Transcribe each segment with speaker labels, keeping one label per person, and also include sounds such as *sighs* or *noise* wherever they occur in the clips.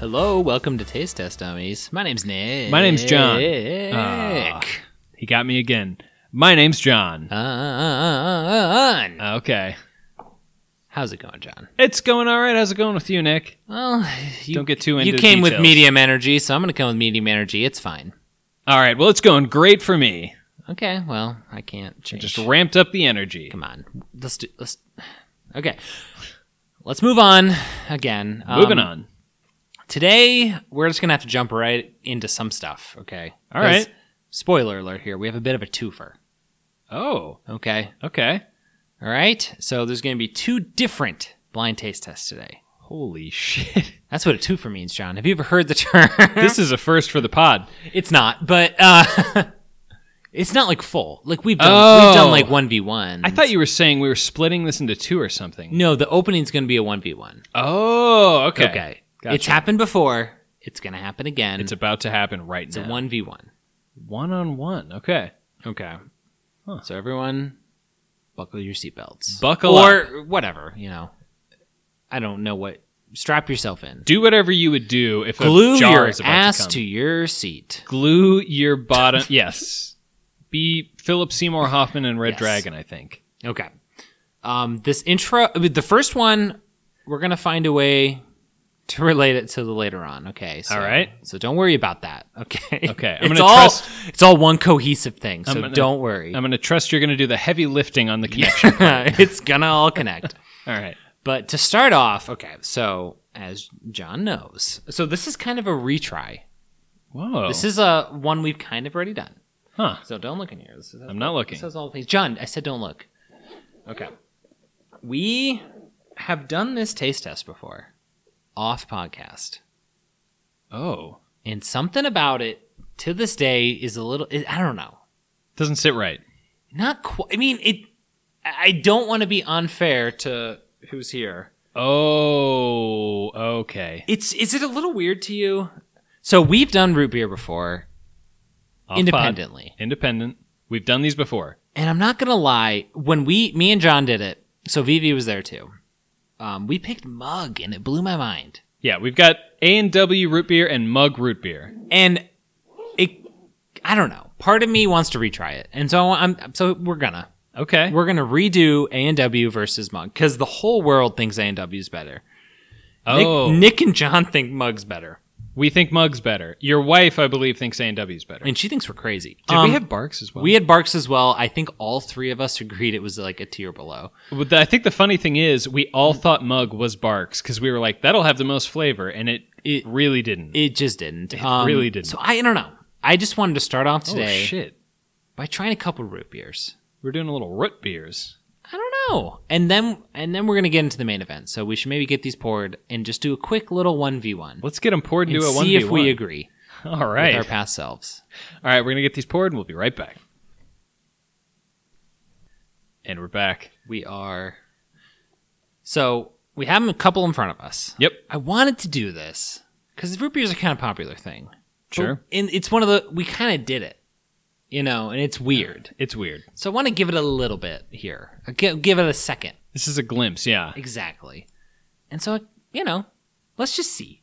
Speaker 1: Hello, welcome to Taste Test Dummies. My name's Nick.
Speaker 2: My name's John.
Speaker 1: Nick.
Speaker 2: Ah. He got me again. My name's John. Ah.
Speaker 1: John.
Speaker 2: Okay.
Speaker 1: How's it going, John?
Speaker 2: It's going all right. How's it going with you, Nick?
Speaker 1: Well, you,
Speaker 2: Don't get too into
Speaker 1: you
Speaker 2: the
Speaker 1: came with
Speaker 2: details.
Speaker 1: medium energy, so I'm going to come with medium energy. It's fine.
Speaker 2: All right. Well, it's going great for me.
Speaker 1: Okay, well, I can't
Speaker 2: I
Speaker 1: change.
Speaker 2: just ramped up the energy.
Speaker 1: Come on, let's do. Let's. Okay, let's move on again. Um,
Speaker 2: Moving on.
Speaker 1: Today, we're just gonna have to jump right into some stuff. Okay.
Speaker 2: All right.
Speaker 1: 'Cause, Spoiler alert here. We have a bit of a twofer.
Speaker 2: Oh,
Speaker 1: Okay.
Speaker 2: okay.
Speaker 1: All right. So there's gonna be two different blind taste tests today.
Speaker 2: Holy *laughs* shit.
Speaker 1: That's what a twofer means, John. Have you ever heard the term?
Speaker 2: this is a first for the pod.
Speaker 1: *laughs* it's not, but uh, *laughs* it's not like full. Like we've done, we've
Speaker 2: Oh.
Speaker 1: done like one v one.
Speaker 2: I thought you were saying we were splitting this into two or
Speaker 1: *laughs*
Speaker 2: something.
Speaker 1: No, the opening's gonna be a one v one.
Speaker 2: Oh, okay.
Speaker 1: Okay.
Speaker 2: Gotcha.
Speaker 1: It's happened before. It's going to happen again. It's
Speaker 2: It's
Speaker 1: a,
Speaker 2: about to happen right now.
Speaker 1: 1v1.
Speaker 2: One on one. Okay.
Speaker 1: Okay.
Speaker 2: Huh.
Speaker 1: So everyone buckle your seatbelts.
Speaker 2: Buckle
Speaker 1: or whatever, you know. I don't know what strap yourself in.
Speaker 2: Do whatever you would do if
Speaker 1: Glue
Speaker 2: a jar
Speaker 1: your
Speaker 2: is about
Speaker 1: ass
Speaker 2: come.
Speaker 1: to, your seat.
Speaker 2: glue
Speaker 1: *laughs*
Speaker 2: your bottom. yes. Be Philip Seymour Hoffman and Red
Speaker 1: Yes.
Speaker 2: Dragon, I think.
Speaker 1: Okay. Um this intro the first one we're going to find a way to relate it to the later on, okay? So,
Speaker 2: All right.
Speaker 1: So don't worry about that, okay?
Speaker 2: Okay,
Speaker 1: *laughs*
Speaker 2: I'm
Speaker 1: it's
Speaker 2: gonna
Speaker 1: all
Speaker 2: trust-
Speaker 1: it's all one cohesive thing, so
Speaker 2: I'm gonna-
Speaker 1: don't worry. *laughs*
Speaker 2: I'm going to trust you're going to do the heavy lifting on the connection.
Speaker 1: Yeah, it's gonna all connect.
Speaker 2: All right.
Speaker 1: But to start off, okay, so as John knows, so this is kind of a retry.
Speaker 2: Whoa.
Speaker 1: This is a one we've kind of already done.
Speaker 2: Oh. huh.
Speaker 1: So don't look in here. This is,
Speaker 2: I'm not looking.
Speaker 1: This has all the things. John, I said don't look. Okay. We have done this taste test before off podcast.
Speaker 2: Oh.
Speaker 1: And something about it to this day is a little, I don't know.
Speaker 2: Doesn't sit right.
Speaker 1: Not quite. I mean, it. I I don't want to be unfair to who's here.
Speaker 2: Oh. Okay.
Speaker 1: It's is it a little weird to you? So we've done root beer before
Speaker 2: Off pod.
Speaker 1: independently,
Speaker 2: Independent. We've done these before.
Speaker 1: and I'm not gonna lie. When we, me and John did it, so Vivi was there too. Um, we picked mug, and it blew my mind.
Speaker 2: Yeah, we've got A and W root beer and mug root beer.
Speaker 1: And it, I don't know. Part of me wants to retry it, and so I'm. So we're gonna
Speaker 2: Okay.
Speaker 1: we're gonna redo A and W versus mug because the whole world thinks A and W's better. Nick-
Speaker 2: oh,
Speaker 1: Nick, and John think mug's better,
Speaker 2: we think mug's better. Your wife, I believe, thinks A and W's better.
Speaker 1: and she thinks we're crazy.
Speaker 2: Did
Speaker 1: Um,
Speaker 2: we have Barks as well?
Speaker 1: We had Barks as well. I think all three of us agreed it was like a tier below.
Speaker 2: Well, the- I think the funny thing is, we all thought Mug was Barks because we were like, that'll have the most flavor, and it,
Speaker 1: It-
Speaker 2: really didn't.
Speaker 1: It just didn't. It
Speaker 2: really didn't.
Speaker 1: So I, I don't know. I just wanted to start off
Speaker 2: oh
Speaker 1: today
Speaker 2: shit!
Speaker 1: by trying a couple root beers.
Speaker 2: We're doing a little root beers.
Speaker 1: I don't know. And then and then we're gonna get into the main event. So we should maybe get these poured and just do a quick little one v one.
Speaker 2: Let's get them poured
Speaker 1: And
Speaker 2: into a one
Speaker 1: see if we agree
Speaker 2: All
Speaker 1: with
Speaker 2: right,
Speaker 1: our past selves.
Speaker 2: all right. We're gonna get these poured, and we'll be right back. And we're back.
Speaker 1: We are. So we have a couple in front of us.
Speaker 2: Yep.
Speaker 1: I wanted to do this because root beers are kind of popular thing.
Speaker 2: Sure.
Speaker 1: But- And it's one of the we kind of did it, you know, and it's weird.
Speaker 2: It's weird.
Speaker 1: So I want to give it a little bit here. I gi- Give it a second
Speaker 2: This is a glimpse. Yeah.
Speaker 1: exactly. And so you know, let's just see.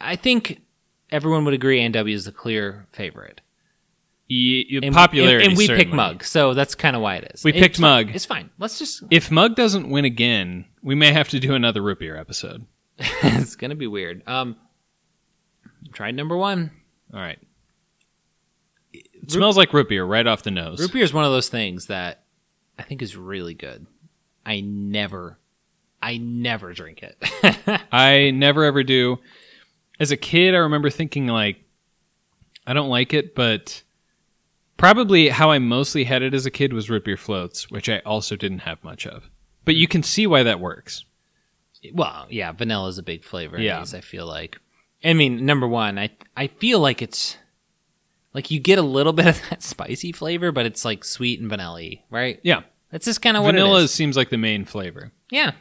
Speaker 1: I think everyone would agree A&W is the clear favorite.
Speaker 2: Y- y-
Speaker 1: And-
Speaker 2: popularity.
Speaker 1: and, and we pick
Speaker 2: certainly.
Speaker 1: Mug, so that's kind of why it is.
Speaker 2: We
Speaker 1: It's
Speaker 2: picked
Speaker 1: fine.
Speaker 2: Mug.
Speaker 1: It's fine. Let's just. *laughs*
Speaker 2: If Mug doesn't win again, we may have to do another root beer episode.
Speaker 1: it's gonna be weird. Um, try number one.
Speaker 2: All right. It smells like root beer right off the nose.
Speaker 1: Root beer is one of those things that I think is really good. I never, I never drink it. *laughs*
Speaker 2: I never ever do. As a kid, I remember thinking like, I don't like it, but probably how I mostly had it as a kid was root beer floats, which I also didn't have much of. But you can see why that works.
Speaker 1: well, yeah, vanilla is a big flavor. in
Speaker 2: Yeah.
Speaker 1: these, I feel like. I mean, number one, I I feel like it's like you get a little *laughs* bit of that spicy flavor, but it's like sweet and vanilla, right?
Speaker 2: Yeah,
Speaker 1: That's just kind of what
Speaker 2: vanilla
Speaker 1: it is.
Speaker 2: seems like the main flavor.
Speaker 1: Yeah,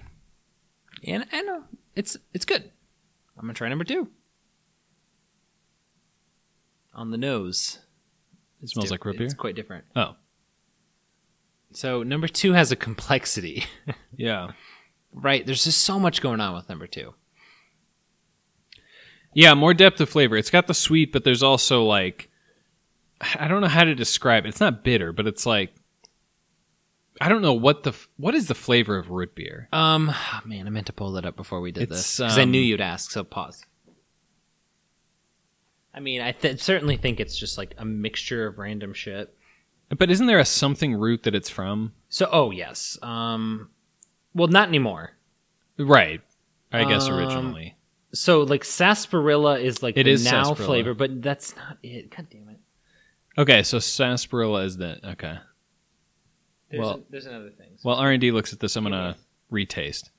Speaker 1: and I know it's it's good. I'm gonna try number two. On the nose,
Speaker 2: It smells like root beer.
Speaker 1: It's quite different.
Speaker 2: Oh,
Speaker 1: So number two has a complexity, *laughs*
Speaker 2: yeah.
Speaker 1: right? There's just so much going on with number two.
Speaker 2: Yeah, more depth of flavor. It's got the sweet, but there's also like I don't know how to describe it. It's not bitter, but it's like I don't know what the f- what is the flavor of root beer.
Speaker 1: Um, *sighs* man, I meant to pull that up before we did this
Speaker 2: It's,
Speaker 1: because I
Speaker 2: um,
Speaker 1: knew you'd ask. So pause. I mean, I th- certainly think it's just like a mixture of random shit.
Speaker 2: But isn't there a something root that it's from?
Speaker 1: So, oh yes. Um, well, not anymore.
Speaker 2: Right. I guess
Speaker 1: Um,
Speaker 2: originally.
Speaker 1: So, like sarsaparilla is like
Speaker 2: It
Speaker 1: the
Speaker 2: is
Speaker 1: now
Speaker 2: sarsaparilla.
Speaker 1: flavor, but that's not it. God damn it.
Speaker 2: Okay, so sarsaparilla is the okay.
Speaker 1: There's,
Speaker 2: Well-
Speaker 1: there's another thing.
Speaker 2: While R and D looks at this, I'm gonna retaste.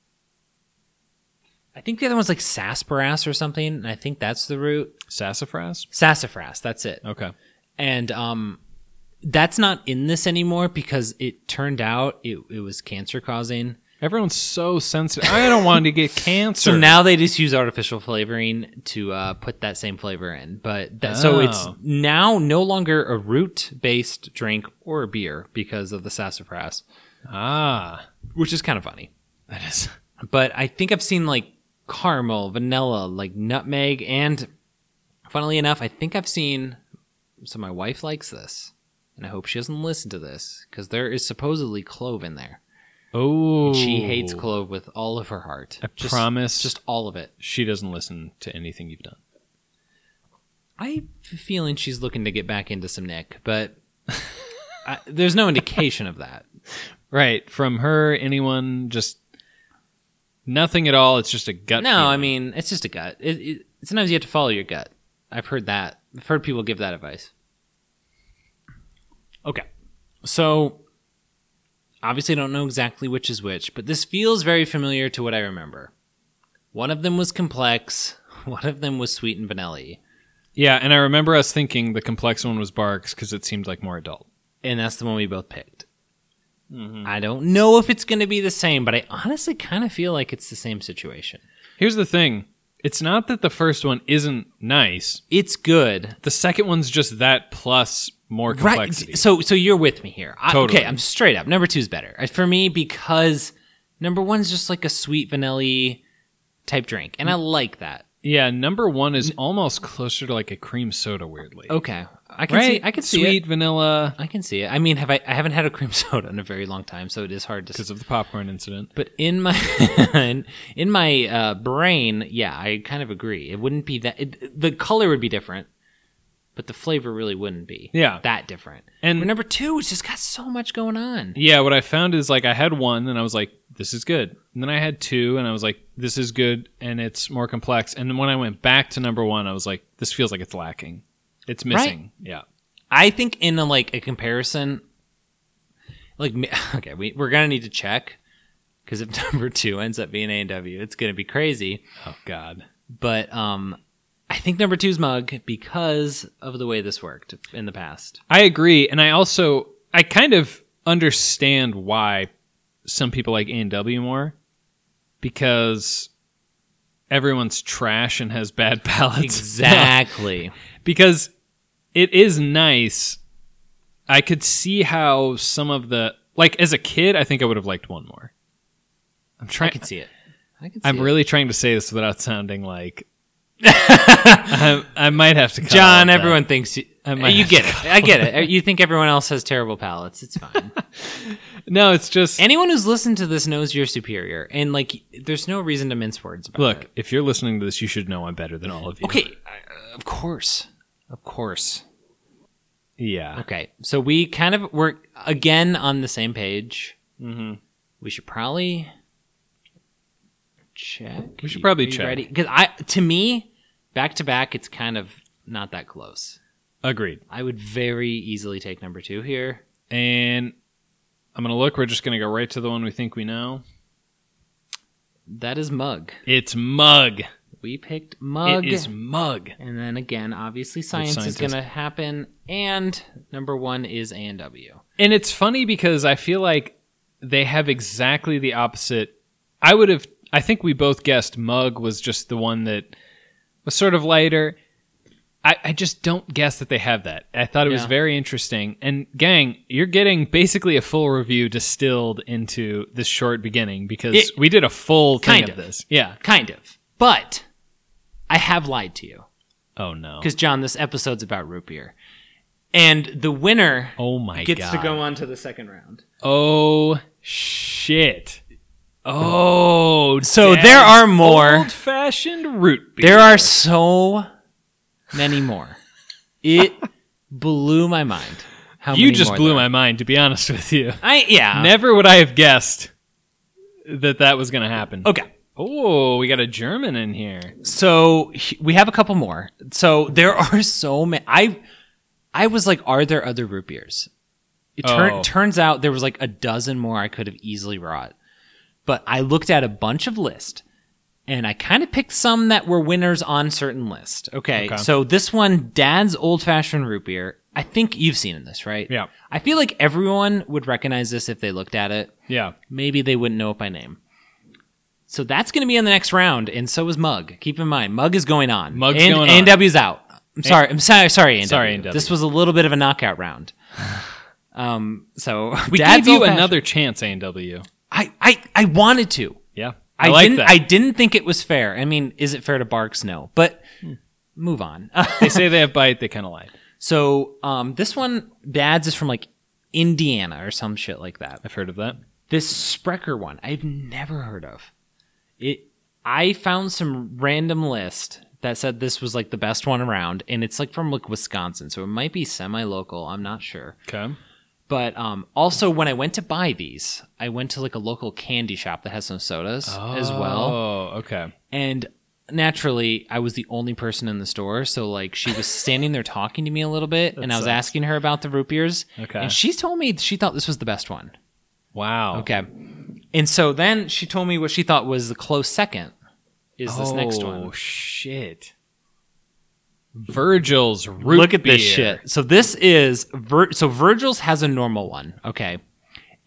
Speaker 1: I think the other one's like sarsaparas or something, and I think that's the root.
Speaker 2: Sassafras.
Speaker 1: Sassafras, that's it.
Speaker 2: Okay.
Speaker 1: And um, that's not in this anymore because it turned out it, it was cancer causing.
Speaker 2: Everyone's so sensitive. I don't want to get
Speaker 1: *laughs*
Speaker 2: cancer.
Speaker 1: So now they just use artificial flavoring to uh, put that same flavor in. But that, so it's
Speaker 2: Oh.
Speaker 1: now no longer a root based drink or a beer because of the sassafras,
Speaker 2: ah,
Speaker 1: which is kind of funny.
Speaker 2: that is
Speaker 1: but I think I've seen like caramel, vanilla, like nutmeg, and funnily enough, I think I've seen. So my wife likes this, and I hope she doesn't listen to this because there is supposedly clove in there.
Speaker 2: Oh,
Speaker 1: She hates clove with all of her heart.
Speaker 2: I
Speaker 1: Just-
Speaker 2: promise,
Speaker 1: just all of it.
Speaker 2: she doesn't listen to anything you've done.
Speaker 1: I have a feeling she's looking to get back into some Nick, but I, there's no indication of *laughs* that.
Speaker 2: Right from her, anyone, just nothing at all. It's just a gut.
Speaker 1: No, I
Speaker 2: feeling.
Speaker 1: mean it's just a gut. It, it, sometimes you have to follow your gut. I've heard that. I've heard people give that advice. Okay, so obviously I don't know exactly which is which, but this feels very familiar to what I remember. One of them was complex. *laughs* One of them was sweet and vanilla,
Speaker 2: yeah. And I remember us thinking the complex one was Barks because it seemed like more adult.
Speaker 1: and that's the one we both picked.
Speaker 2: Mhm.
Speaker 1: I don't know if it's going to be the same, but I honestly kind of feel like it's the same situation.
Speaker 2: Here's the thing: it's not that the first one isn't nice.
Speaker 1: It's good.
Speaker 2: The second one's just that plus more complexity.
Speaker 1: Right. So so you're with me here. I,
Speaker 2: Totally.
Speaker 1: Okay, I'm straight up. Number two's better Uh, for me because number one's just like a sweet vanilla type drink, and I like that.
Speaker 2: Yeah, number one is almost closer to like a cream soda, weirdly.
Speaker 1: Okay, Oh, I can see. I can see
Speaker 2: sweet
Speaker 1: it.
Speaker 2: vanilla
Speaker 1: I can see it. I mean, have I? I haven't had a cream *laughs* soda in a very long time, so it is hard to.
Speaker 2: because of the popcorn incident.
Speaker 1: But in my *laughs* in, in my uh, brain, yeah, I kind of agree. It wouldn't be that it, the color would be different, but the flavor really wouldn't be
Speaker 2: Yeah.
Speaker 1: that different.
Speaker 2: And-
Speaker 1: But number two, it's just got so much going on.
Speaker 2: Yeah, what I found is like I had one and I was like, this is good. And then I had two and I was like, this is good and it's more complex. And then when I went back to number one, I was like, this feels like it's lacking. It's missing. Yeah.
Speaker 1: I think in a, like a comparison, like mi- *laughs* okay, we we're gonna need to check because if *laughs* number two ends up being A and W, it's gonna be crazy.
Speaker 2: Oh God.
Speaker 1: But um, I think number two's mug because of the way this worked in the past.
Speaker 2: I agree, and I also I kind of understand why some people like A and W more because everyone's trash and has bad *laughs* palates.
Speaker 1: Exactly.
Speaker 2: *laughs* because it is nice. I could see how some of the like as a kid, I think I would have liked one more.
Speaker 1: *laughs*
Speaker 2: I'm
Speaker 1: I
Speaker 2: trying.
Speaker 1: can see it. I can. See
Speaker 2: I'm
Speaker 1: it.
Speaker 2: really trying to say this without
Speaker 1: *laughs*
Speaker 2: sounding like. I, I might have to. cut
Speaker 1: John.
Speaker 2: all of that.
Speaker 1: Everyone thinks you.
Speaker 2: I might *laughs*
Speaker 1: You
Speaker 2: have
Speaker 1: get
Speaker 2: to
Speaker 1: it. I get
Speaker 2: *laughs*
Speaker 1: it. You think everyone else has terrible palates. It's fine.
Speaker 2: No, it's just.
Speaker 1: Anyone who's listened to this knows you're superior, and like, there's no reason to mince words about it.
Speaker 2: Look, if you're listening to this, you should know I'm better than all of you.
Speaker 1: Okay, uh, of course, of course.
Speaker 2: Yeah.
Speaker 1: Okay, so we kind of we're again on the same page.
Speaker 2: Mm-hmm.
Speaker 1: We should probably check.
Speaker 2: We should probably
Speaker 1: Are you
Speaker 2: check.
Speaker 1: ready? Because I, to me, back to back, it's kind of not that close.
Speaker 2: Agreed.
Speaker 1: I would very easily take number two here.
Speaker 2: And I'm going to look. We're just going to go right to the one we think we know.
Speaker 1: That is mug.
Speaker 2: It's mug.
Speaker 1: We picked mug.
Speaker 2: It is mug.
Speaker 1: and then again, obviously, science is
Speaker 2: scientist.
Speaker 1: going to happen. And number one is A and W.
Speaker 2: And it's funny because I feel like they have exactly the opposite. I would have, I think we both guessed mug was just the one that was sort of lighter. I, I just don't guess that they have that. I thought it was
Speaker 1: Yeah.
Speaker 2: very interesting. And gang, you're getting basically a full review distilled into this short beginning because
Speaker 1: It-
Speaker 2: we did a full thing
Speaker 1: Kind
Speaker 2: of
Speaker 1: of.
Speaker 2: this. Yeah.
Speaker 1: Kind of. But I have lied to you
Speaker 2: Oh no.
Speaker 1: because John, this episode's about root beer, and the winner
Speaker 2: Oh my
Speaker 1: gets
Speaker 2: god.
Speaker 1: to go on to the second round.
Speaker 2: Oh shit. Oh,
Speaker 1: So
Speaker 2: dad's
Speaker 1: there are more.
Speaker 2: old-fashioned root beer.
Speaker 1: There are so many more.
Speaker 2: *laughs*
Speaker 1: It blew my mind. How
Speaker 2: you
Speaker 1: many
Speaker 2: just
Speaker 1: more
Speaker 2: blew
Speaker 1: there
Speaker 2: my
Speaker 1: are.
Speaker 2: mind, to be honest with you.
Speaker 1: I yeah.
Speaker 2: Never would I have guessed that that was going to happen.
Speaker 1: okay.
Speaker 2: Oh, we got a German in here.
Speaker 1: So h- we have a couple more. So there are *laughs* so many. I I was like, are there other root beers? It turn,
Speaker 2: Oh.
Speaker 1: turns out there was like a dozen more I could have easily brought, but I looked at a bunch of lists, and I kind of picked some that were winners on certain lists. Okay,
Speaker 2: Okay.
Speaker 1: so this one, Dad's Old Fashioned Root Beer. I think you've seen this, right?
Speaker 2: Yeah.
Speaker 1: I feel like everyone would recognize this if they looked at it.
Speaker 2: Yeah.
Speaker 1: Maybe they wouldn't know it by name. So that's going to be in the next round, and so is Mug. Keep in mind, Mug is going on.
Speaker 2: Mug's
Speaker 1: and,
Speaker 2: going on.
Speaker 1: and W's out. I'm sorry. I'm sorry. Sorry, A&W.
Speaker 2: Sorry, A&W.
Speaker 1: This was a little bit of a knockout
Speaker 2: *laughs*
Speaker 1: round. Um. So
Speaker 2: We
Speaker 1: Dad's
Speaker 2: gave you
Speaker 1: old-fashioned-
Speaker 2: another chance, A&W.
Speaker 1: I I I wanted to.
Speaker 2: Yeah. I,
Speaker 1: I,
Speaker 2: like
Speaker 1: didn't.
Speaker 2: that.
Speaker 1: I didn't think it was fair. I mean, is it fair to Barks? No, but
Speaker 2: Hmm.
Speaker 1: move on. *laughs*
Speaker 2: they say they have bite, they kind of lied.
Speaker 1: so um, this one, Dad's is from like Indiana or some shit like that.
Speaker 2: I've heard of that.
Speaker 1: this Sprecher one I've never heard of. It I found some random list that said this was like the best one around, and it's like from like Wisconsin, so it might be semi-local. I'm not sure.
Speaker 2: Okay.
Speaker 1: But um, also, when I went to buy these, I went to like a local candy shop that has some sodas as well,
Speaker 2: Oh, okay.
Speaker 1: and naturally, I was the only person in the store. So like, she
Speaker 2: *laughs*
Speaker 1: was standing there talking to me a little bit,
Speaker 2: That
Speaker 1: and I was
Speaker 2: sucks.
Speaker 1: asking her about the root beers,
Speaker 2: Okay.
Speaker 1: and she told me she thought this was the best one.
Speaker 2: Wow.
Speaker 1: Okay. And so then she told me what she thought was the close second is this next
Speaker 2: Oh
Speaker 1: one.
Speaker 2: shit. Virgil's root
Speaker 1: Look at this
Speaker 2: beer.
Speaker 1: shit. So this is Vir- so Virgil's has a normal one, okay?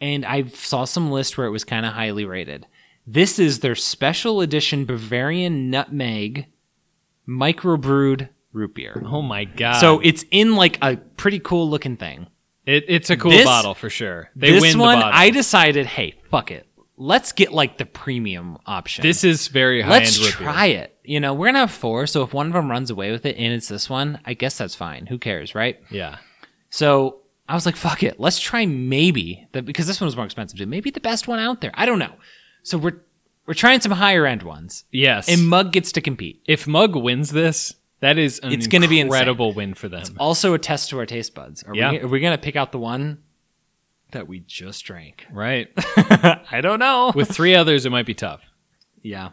Speaker 1: And I saw some list where it was kind of highly rated. This is their special edition Bavarian nutmeg microbrewed root beer.
Speaker 2: Oh my god.
Speaker 1: So it's in like a pretty cool looking thing.
Speaker 2: It, it's a cool
Speaker 1: This-
Speaker 2: bottle for sure. They
Speaker 1: this
Speaker 2: win
Speaker 1: one,
Speaker 2: the bottle.
Speaker 1: I decided, hey, fuck it. Let's get like the premium option.
Speaker 2: this is very high
Speaker 1: Let's
Speaker 2: end.
Speaker 1: try it. You know, we're gonna have four, so if one of them runs away with it and it's this one, I guess that's fine. Who cares, right?
Speaker 2: Yeah.
Speaker 1: So I was like, fuck it. Let's try maybe the because this one was more expensive too. Maybe the best one out there. I don't know. So we're we're trying some higher end ones.
Speaker 2: Yes.
Speaker 1: And Mug gets to compete.
Speaker 2: if Mug wins this, that is an
Speaker 1: It's gonna be insane.
Speaker 2: incredible win for them.
Speaker 1: Also a test to our taste buds. Are,
Speaker 2: Yeah.
Speaker 1: we, are we gonna pick out the one that we just drank?
Speaker 2: right.
Speaker 1: *laughs* I don't know.
Speaker 2: With three others, it might be tough.
Speaker 1: yeah.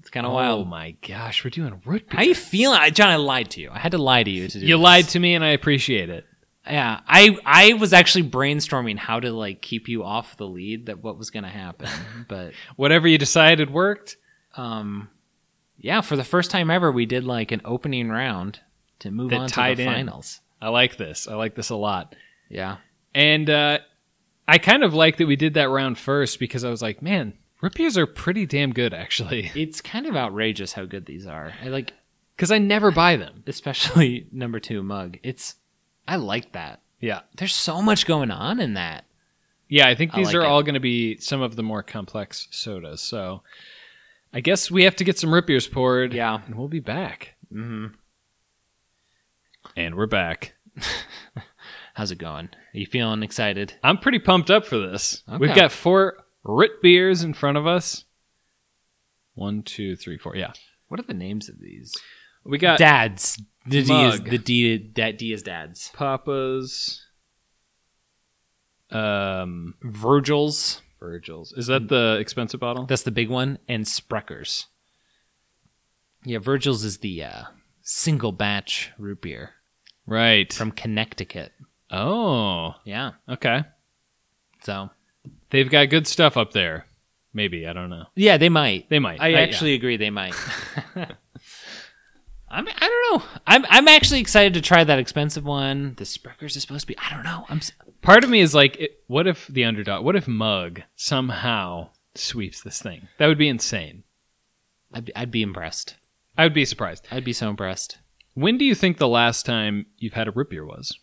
Speaker 1: It's kinda
Speaker 2: Oh
Speaker 1: wild.
Speaker 2: my gosh, we're doing root beer.
Speaker 1: How you feeling? I- John, I lied to you. I had to lie to you to do
Speaker 2: you
Speaker 1: this.
Speaker 2: lied to me, and I appreciate it.
Speaker 1: Yeah, I I was actually brainstorming how to like keep you off the lead that what was going to *laughs* happen, but
Speaker 2: Whatever you decided worked.
Speaker 1: um yeah, for the first time ever we did like an opening round to move
Speaker 2: That
Speaker 1: on to
Speaker 2: tied
Speaker 1: the
Speaker 2: in.
Speaker 1: finals.
Speaker 2: I like this. I like this a lot.
Speaker 1: Yeah. *laughs*
Speaker 2: And uh, I kind of like that we did that round first because I was like, man, root beers are pretty damn good actually. *laughs*
Speaker 1: It's kind of outrageous how good these are. I like
Speaker 2: Because I never buy them.
Speaker 1: especially *laughs* number 2 mug. It's I like that.
Speaker 2: Yeah.
Speaker 1: There's so much going on in that.
Speaker 2: Yeah, I think
Speaker 1: I
Speaker 2: these
Speaker 1: like
Speaker 2: are
Speaker 1: it.
Speaker 2: all going to be some of the more complex sodas. So I guess we have to get some root beers poured.
Speaker 1: Yeah.
Speaker 2: And we'll be back.
Speaker 1: Mhm.
Speaker 2: And we're back.
Speaker 1: How's it going? Are you feeling excited?
Speaker 2: I'm pretty pumped up for this. We've
Speaker 1: Okay.
Speaker 2: got four root beers in front of us. One, two, three, four. Yeah.
Speaker 1: What are the names of these?
Speaker 2: We got
Speaker 1: Dads. The D is
Speaker 2: Mug.
Speaker 1: the D that D is dads.
Speaker 2: Papa's. Um,
Speaker 1: Virgil's
Speaker 2: Virgil's. Is that the expensive bottle?
Speaker 1: That's Mm. the big one, and Spreckers. Yeah, Virgil's is the uh, single batch root beer
Speaker 2: right.
Speaker 1: from Connecticut.
Speaker 2: oh,
Speaker 1: Yeah,
Speaker 2: okay.
Speaker 1: so
Speaker 2: They've got good stuff up there. Maybe I don't know.
Speaker 1: yeah, they might.
Speaker 2: They might.
Speaker 1: I
Speaker 2: yeah.
Speaker 1: actually agree, they might. *laughs* I'm, I don't know. I'm I'm actually excited to try that expensive one. The Spreckers is supposed to be. I don't know. I'm. s-
Speaker 2: Part of me is like, it, what if the underdog? What if Mug somehow sweeps this thing? That would be insane.
Speaker 1: I'd be, I'd be impressed.
Speaker 2: I would be surprised.
Speaker 1: I'd be so impressed.
Speaker 2: When do you think the last time you've had a root beer was?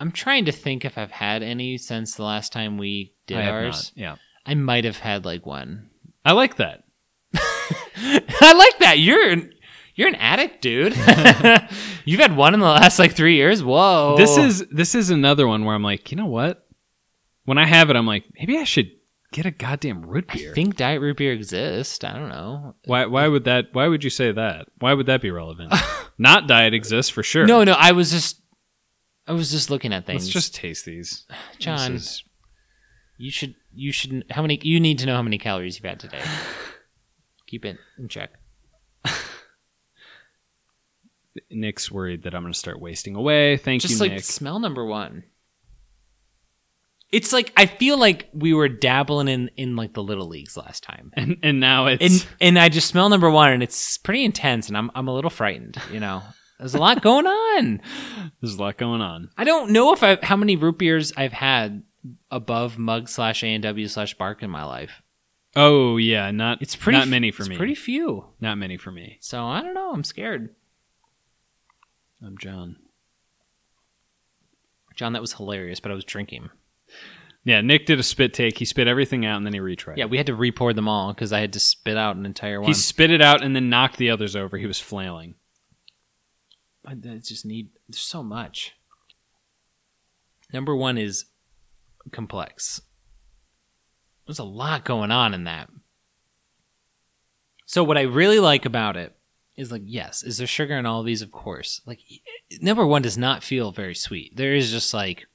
Speaker 1: I'm trying to think if I've had any since the last time we did
Speaker 2: I have
Speaker 1: ours.
Speaker 2: not. Yeah,
Speaker 1: I might have had like one
Speaker 2: I like that.
Speaker 1: *laughs* I like that. You're an, you're an addict, dude. *laughs* You've had one in the last like three years. Whoa.
Speaker 2: This is this is another one where I'm like, you know what? When I have it, I'm like, maybe I should get a goddamn root
Speaker 1: I
Speaker 2: beer.
Speaker 1: think diet root beer exists. I don't know.
Speaker 2: Why why would that why would you say that? Why would that
Speaker 1: *laughs*
Speaker 2: be relevant? Not diet exists for sure.
Speaker 1: No, no. I was just, I was just looking at things.
Speaker 2: Let's just taste these.
Speaker 1: John,
Speaker 2: This is-
Speaker 1: you should, you should. How many? You need to know how many calories you've had today.
Speaker 2: *sighs*
Speaker 1: Keep it in check.
Speaker 2: Nick's worried that I'm going to start wasting away. Thank
Speaker 1: just
Speaker 2: you,
Speaker 1: like
Speaker 2: Nick.
Speaker 1: smell number one. It's like I feel like we were dabbling in in like the little leagues last time,
Speaker 2: And and now it's
Speaker 1: and and I just smell number one, and it's pretty intense, and I'm I'm a little frightened. You know, there's a lot going on.
Speaker 2: there's a lot going on.
Speaker 1: I don't know if I how many root beers I've had above mug slash A and W slash bark in my life.
Speaker 2: Oh yeah, not
Speaker 1: It's pretty
Speaker 2: not many for
Speaker 1: it's
Speaker 2: me.
Speaker 1: Pretty few.
Speaker 2: not many for me.
Speaker 1: So I don't know. I'm scared,
Speaker 2: I'm John.
Speaker 1: John. That was hilarious, but I was drinking.
Speaker 2: Yeah, Nick did a spit take. He spit everything out and then he retried.
Speaker 1: Yeah,
Speaker 2: it.
Speaker 1: we had to re-pour them all because I had to spit out an entire one.
Speaker 2: he spit it out and then knocked the others over. He was flailing.
Speaker 1: I I just need there's so much. Number one is complex. There's a lot going on in that. So what I really like about it is like yes, is there sugar in all of these? Of course. Like y- number one does not feel very sweet. There is just like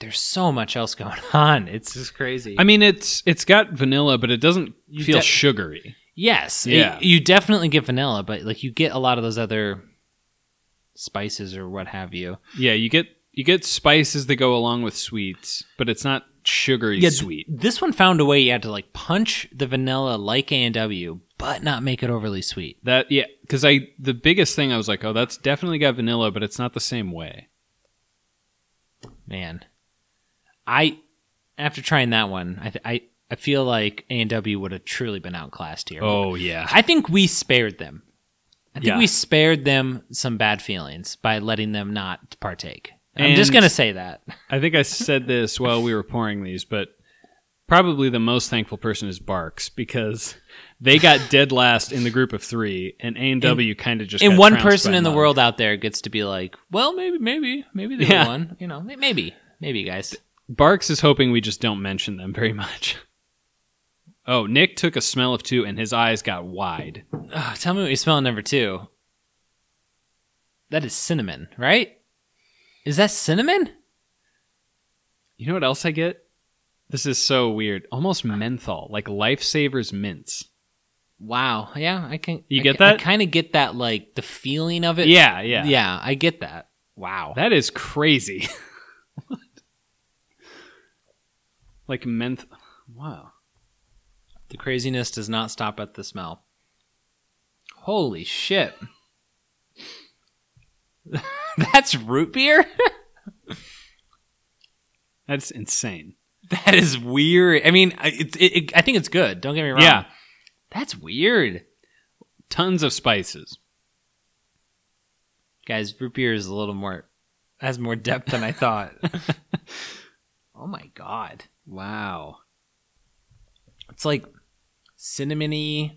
Speaker 1: there's so much else *laughs* going on. It's just crazy.
Speaker 2: I mean, it's it's got vanilla, but it doesn't
Speaker 1: You
Speaker 2: feel
Speaker 1: de-
Speaker 2: sugary.
Speaker 1: Yes.
Speaker 2: Yeah.
Speaker 1: y- You definitely get vanilla, but like you get a lot of those other spices or what have you.
Speaker 2: Yeah, you get you get spices that go along with sweets, but it's not sugary
Speaker 1: yeah, th-
Speaker 2: sweet.
Speaker 1: This one found a way you had to like punch the vanilla like A and W, but not make it overly sweet.
Speaker 2: That yeah, because I the biggest thing I was like, oh, that's definitely got vanilla, but it's not the same way.
Speaker 1: Man, I after trying that one, I th- I I feel like A and W would have truly been outclassed here.
Speaker 2: Oh yeah,
Speaker 1: I think we spared them. I think
Speaker 2: Yeah.
Speaker 1: we spared them some bad feelings by letting them not partake. I'm just
Speaker 2: And-
Speaker 1: gonna say that.
Speaker 2: I think I said this while we were pouring these, but probably the most thankful person is Barks because they got dead last in the group of three, and A and W kind of just
Speaker 1: And
Speaker 2: got
Speaker 1: one
Speaker 2: trounced
Speaker 1: person
Speaker 2: by
Speaker 1: in the
Speaker 2: Mug.
Speaker 1: world out there gets to be like, well, maybe, maybe, maybe they
Speaker 2: Yeah.
Speaker 1: won. You know, may- maybe, maybe, guys.
Speaker 2: Barks is hoping we just don't mention them very much. Oh, Nick took a smell of two, and his eyes got wide.
Speaker 1: Ugh, tell me what you smell in number two. That is cinnamon, right? Is that cinnamon?
Speaker 2: You know what else I get? This is so weird. Almost menthol, like Lifesavers mints.
Speaker 1: Wow. Yeah, I can.
Speaker 2: You
Speaker 1: I
Speaker 2: get
Speaker 1: ca-
Speaker 2: that?
Speaker 1: I kind of get that, like the feeling of it.
Speaker 2: yeah, yeah,
Speaker 1: yeah, I get that. Wow.
Speaker 2: That is crazy. *laughs* What? Like menth. Wow.
Speaker 1: The craziness does not stop at the smell. Holy shit. *laughs* That's root beer. *laughs*
Speaker 2: That's insane.
Speaker 1: That is weird. I mean, I- it, it, it, I think it's good. Don't get me wrong.
Speaker 2: Yeah.
Speaker 1: That's weird.
Speaker 2: Tons of spices.
Speaker 1: Guys, root beer is a little more, has more depth than I thought. oh my God. Wow. It's like cinnamony.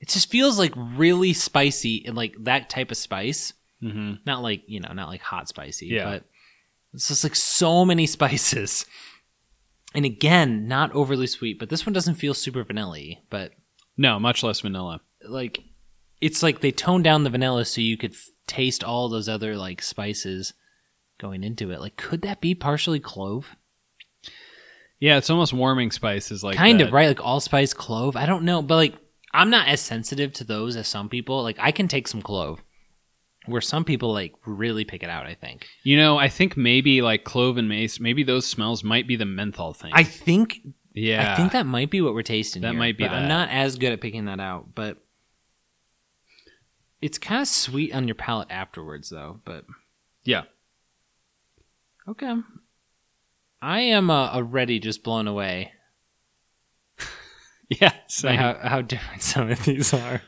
Speaker 1: It just feels like really spicy and like that type of spice.
Speaker 2: Mm-hmm.
Speaker 1: Not like, you know, not like hot spicy,
Speaker 2: Yeah.
Speaker 1: but it's just like so many *laughs* spices. And again, not overly sweet, but this one doesn't feel super vanilla but
Speaker 2: No, much less vanilla.
Speaker 1: like it's like they toned down the vanilla so you could f- taste all those other like spices going into it. Like, could that be partially clove?
Speaker 2: Yeah, it's almost warming spices. Like
Speaker 1: kind
Speaker 2: that.
Speaker 1: of right, like allspice, clove. I don't know, but like I'm not as sensitive to those as some people. Like I can take some clove, where some people like really pick it out. I think.
Speaker 2: You know, I think maybe like clove and mace. Maybe those smells might be the menthol thing.
Speaker 1: I think
Speaker 2: yeah.
Speaker 1: I think that might be what we're tasting.
Speaker 2: That
Speaker 1: here,
Speaker 2: might be
Speaker 1: but I'm
Speaker 2: that.
Speaker 1: not as good at picking that out, but it's kind of sweet on your palate afterwards, though. But
Speaker 2: Yeah.
Speaker 1: okay, I am uh, already just blown away
Speaker 2: *laughs* yeah.
Speaker 1: by
Speaker 2: same.
Speaker 1: how, how different *laughs* some of these are.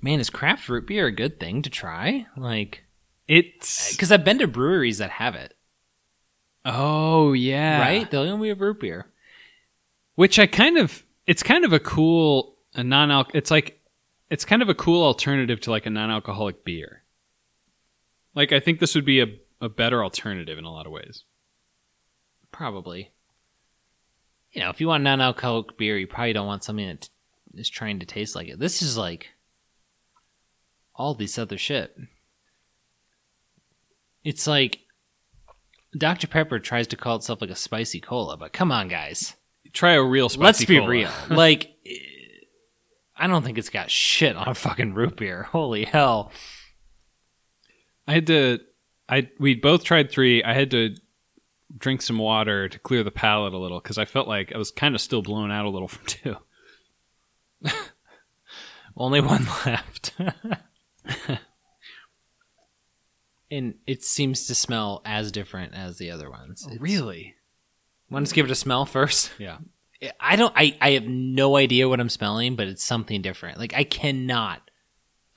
Speaker 1: Man, is craft root beer a good thing to try? Like,
Speaker 2: it's
Speaker 1: because I've been to breweries that have it,
Speaker 2: oh yeah oh,
Speaker 1: right? They'll only have root beer.
Speaker 2: Which I kind of it's kind of a cool a non alc it's like it's kind of a cool alternative to like a non-alcoholic beer. Like I think this would be a, a better alternative in a lot of ways.
Speaker 1: Probably. You know, if you want non-alcoholic beer, you probably don't want something that is trying to taste like it. This is like all this other shit. It's like Dr. Pepper tries to call itself like a spicy cola, but come on, guys.
Speaker 2: Try a real spicy
Speaker 1: Let's be
Speaker 2: cola. *laughs*
Speaker 1: real. like, I don't think it's got shit on fucking root beer. Holy hell.
Speaker 2: I had to I we both tried 3. I had to drink some water to clear the palate a little cuz I felt like I was kind of still blown out a little *laughs* from 2.
Speaker 1: Only one *laughs* left. and it seems to smell as different as the other ones. It's-
Speaker 2: Oh, really?
Speaker 1: Want to give it a smell first? *laughs*
Speaker 2: Yeah.
Speaker 1: I don't. I, I have no idea what I'm smelling, but it's something different. Like I cannot,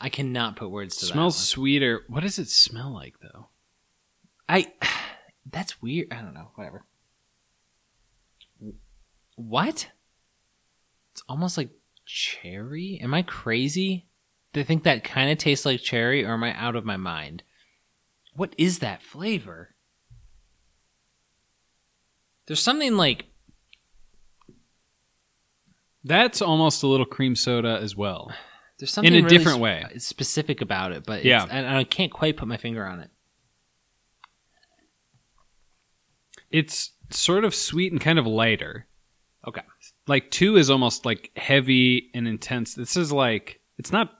Speaker 1: I cannot put words to
Speaker 2: smells
Speaker 1: that.
Speaker 2: sweeter. What does it smell like though?
Speaker 1: Smells. I. *sighs* That's weird. I don't know. Whatever. What? It's almost like cherry. Am I crazy? Do I think that kind of tastes like cherry, or am I out of my mind? What is that flavor? There's something like
Speaker 2: That's almost a little cream soda as well.
Speaker 1: There's something
Speaker 2: a
Speaker 1: really
Speaker 2: different
Speaker 1: sp-
Speaker 2: way.
Speaker 1: specific about it, but
Speaker 2: Yeah.
Speaker 1: yeah, and I can't quite put my finger on it.
Speaker 2: It's sort of sweet and kind of lighter.
Speaker 1: Okay,
Speaker 2: like two is almost like heavy and intense. This is like it's not.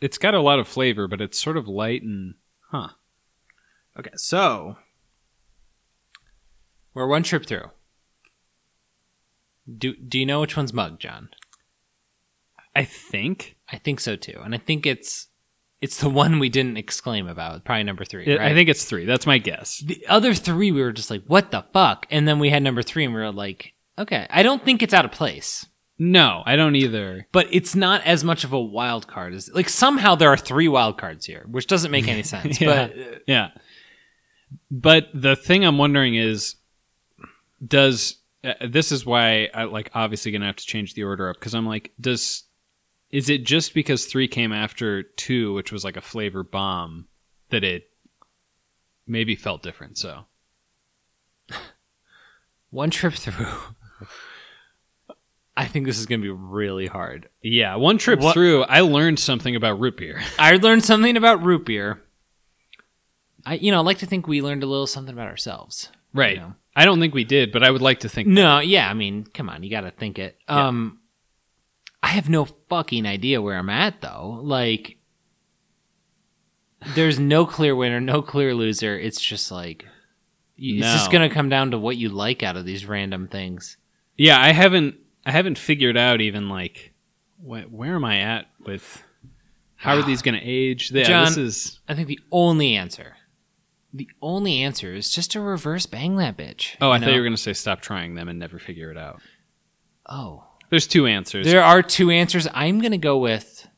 Speaker 2: It's got a lot of flavor, but it's sort of light and huh.
Speaker 1: okay, so we're one trip through. Do Do you know which one's mug, John?
Speaker 2: I think.
Speaker 1: I think so too, and I think it's it's the one we didn't exclaim about, probably number three.
Speaker 2: I-
Speaker 1: right?
Speaker 2: I think it's three. That's my guess.
Speaker 1: the other three we were just like, what the fuck, and then we had number three, and we were like, okay, I don't think it's out of place.
Speaker 2: No, I
Speaker 1: *laughs*
Speaker 2: don't either.
Speaker 1: but it's not as much of a wild card as like somehow there are three wild cards here, which doesn't make
Speaker 2: *laughs*
Speaker 1: any sense.
Speaker 2: Yeah.
Speaker 1: But uh,
Speaker 2: Yeah. But the thing I'm wondering is, does uh, this is why I like obviously gonna have to change the order up because I'm like, does is it just because three came after two, which was like a flavor bomb, that it maybe felt different? So
Speaker 1: one trip through, *laughs* I think this is going to be really hard.
Speaker 2: Yeah, one trip
Speaker 1: What-
Speaker 2: through, I learned something about root beer. *laughs*
Speaker 1: I learned something about root beer. I, you know, I like to think we learned a little something about ourselves.
Speaker 2: Right.
Speaker 1: know.
Speaker 2: I don't think we did, but I would like to think.
Speaker 1: No, yeah, I mean, come on, you got to think it. Um, I have no fucking idea where I'm at though. Like, there's no clear winner, no clear loser. It's just like you- it's just
Speaker 2: No.
Speaker 1: gonna come down to what you like out of these random things.
Speaker 2: Yeah, I haven't. I haven't figured out even like wh- where am I at with how are
Speaker 1: Wow.
Speaker 2: these going to age? Yeah,
Speaker 1: John-
Speaker 2: this is
Speaker 1: I think the only answer, the only answer is just to reverse bang that bitch.
Speaker 2: Oh, I thought
Speaker 1: know?
Speaker 2: you were going to say stop trying them and never figure it out.
Speaker 1: Oh,
Speaker 2: There's two answers.
Speaker 1: there are two answers. I'm gonna go with.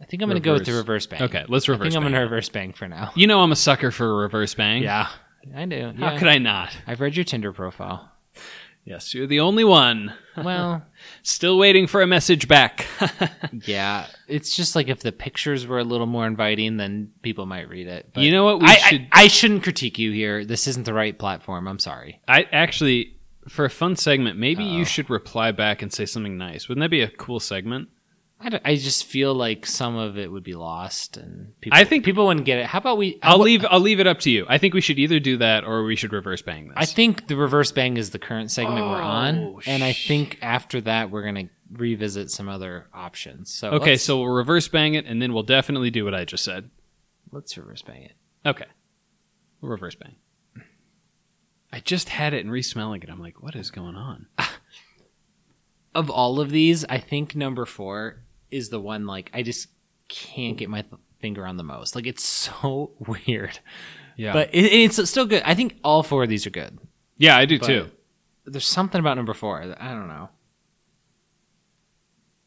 Speaker 1: I think I'm gonna go with the reverse
Speaker 2: Reverse.
Speaker 1: bang.
Speaker 2: okay, let's
Speaker 1: I
Speaker 2: reverse.
Speaker 1: think I'm
Speaker 2: bang.
Speaker 1: gonna reverse bang for now.
Speaker 2: You know I'm a sucker for a reverse bang.
Speaker 1: Yeah, I do.
Speaker 2: How could I not?
Speaker 1: I've read your Tinder profile.
Speaker 2: *laughs* Yes, you're the only one.
Speaker 1: Well,
Speaker 2: Still waiting for a message back. *laughs*
Speaker 1: yeah, it's just like if the pictures were a little more inviting, then people might read it.
Speaker 2: You know what we
Speaker 1: I,
Speaker 2: should-
Speaker 1: I, I shouldn't critique you here. This isn't the right platform. I'm sorry.
Speaker 2: I actually, for a fun segment, maybe
Speaker 1: Oh.
Speaker 2: you should reply back and say something nice. Wouldn't that be a cool segment?
Speaker 1: I, don't- I just feel like some of it would be lost, and people,
Speaker 2: I think-
Speaker 1: people wouldn't get it. How about we? how
Speaker 2: I'll
Speaker 1: about-
Speaker 2: leave. I'll leave it up to you. I think we should either do that or we should reverse bang this.
Speaker 1: I think the reverse bang is the current segment we're on,
Speaker 2: Oh,
Speaker 1: and I think after that we're gonna revisit some other options. So
Speaker 2: okay,
Speaker 1: let's-
Speaker 2: so we'll reverse bang it, and then we'll definitely do what I just said.
Speaker 1: let's reverse bang it.
Speaker 2: Okay, we'll reverse bang. I just had it and resmelling it. I'm like, what is going on?
Speaker 1: of all of these, I think number four is the one like I just can't get my th- finger on the most. Like it's so *laughs* weird,
Speaker 2: Yeah,
Speaker 1: but it, it's still good. I think all four of these are good.
Speaker 2: yeah, I do
Speaker 1: but-
Speaker 2: too.
Speaker 1: There's something about number four. That, I don't know.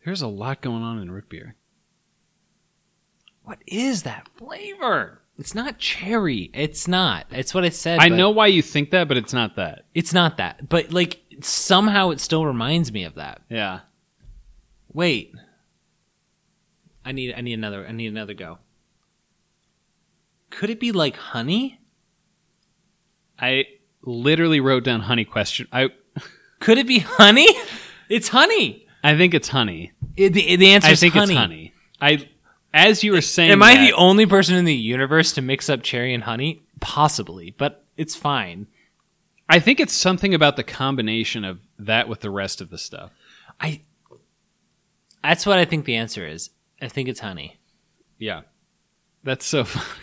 Speaker 2: There's a lot going on in root beer.
Speaker 1: What is that flavor? It's not cherry. It's not. It's what I said.
Speaker 2: I
Speaker 1: but
Speaker 2: know why you think that, but it's not that.
Speaker 1: it's not that. But like somehow it still reminds me of that.
Speaker 2: Yeah.
Speaker 1: Wait. I need I need another I need another go. Could it be like honey?
Speaker 2: I literally wrote down honey question. I
Speaker 1: Could it be honey? It's honey.
Speaker 2: I think it's honey.
Speaker 1: It- the, the answer
Speaker 2: I
Speaker 1: is
Speaker 2: think
Speaker 1: honey.
Speaker 2: it's honey. I as you were saying
Speaker 1: Am I
Speaker 2: that-
Speaker 1: the only person in the universe to mix up cherry and honey? Possibly, but it's fine.
Speaker 2: I think it's something about the combination of that with the rest of the stuff.
Speaker 1: I That's what I think the answer is. I think it's honey.
Speaker 2: Yeah. That's so funny.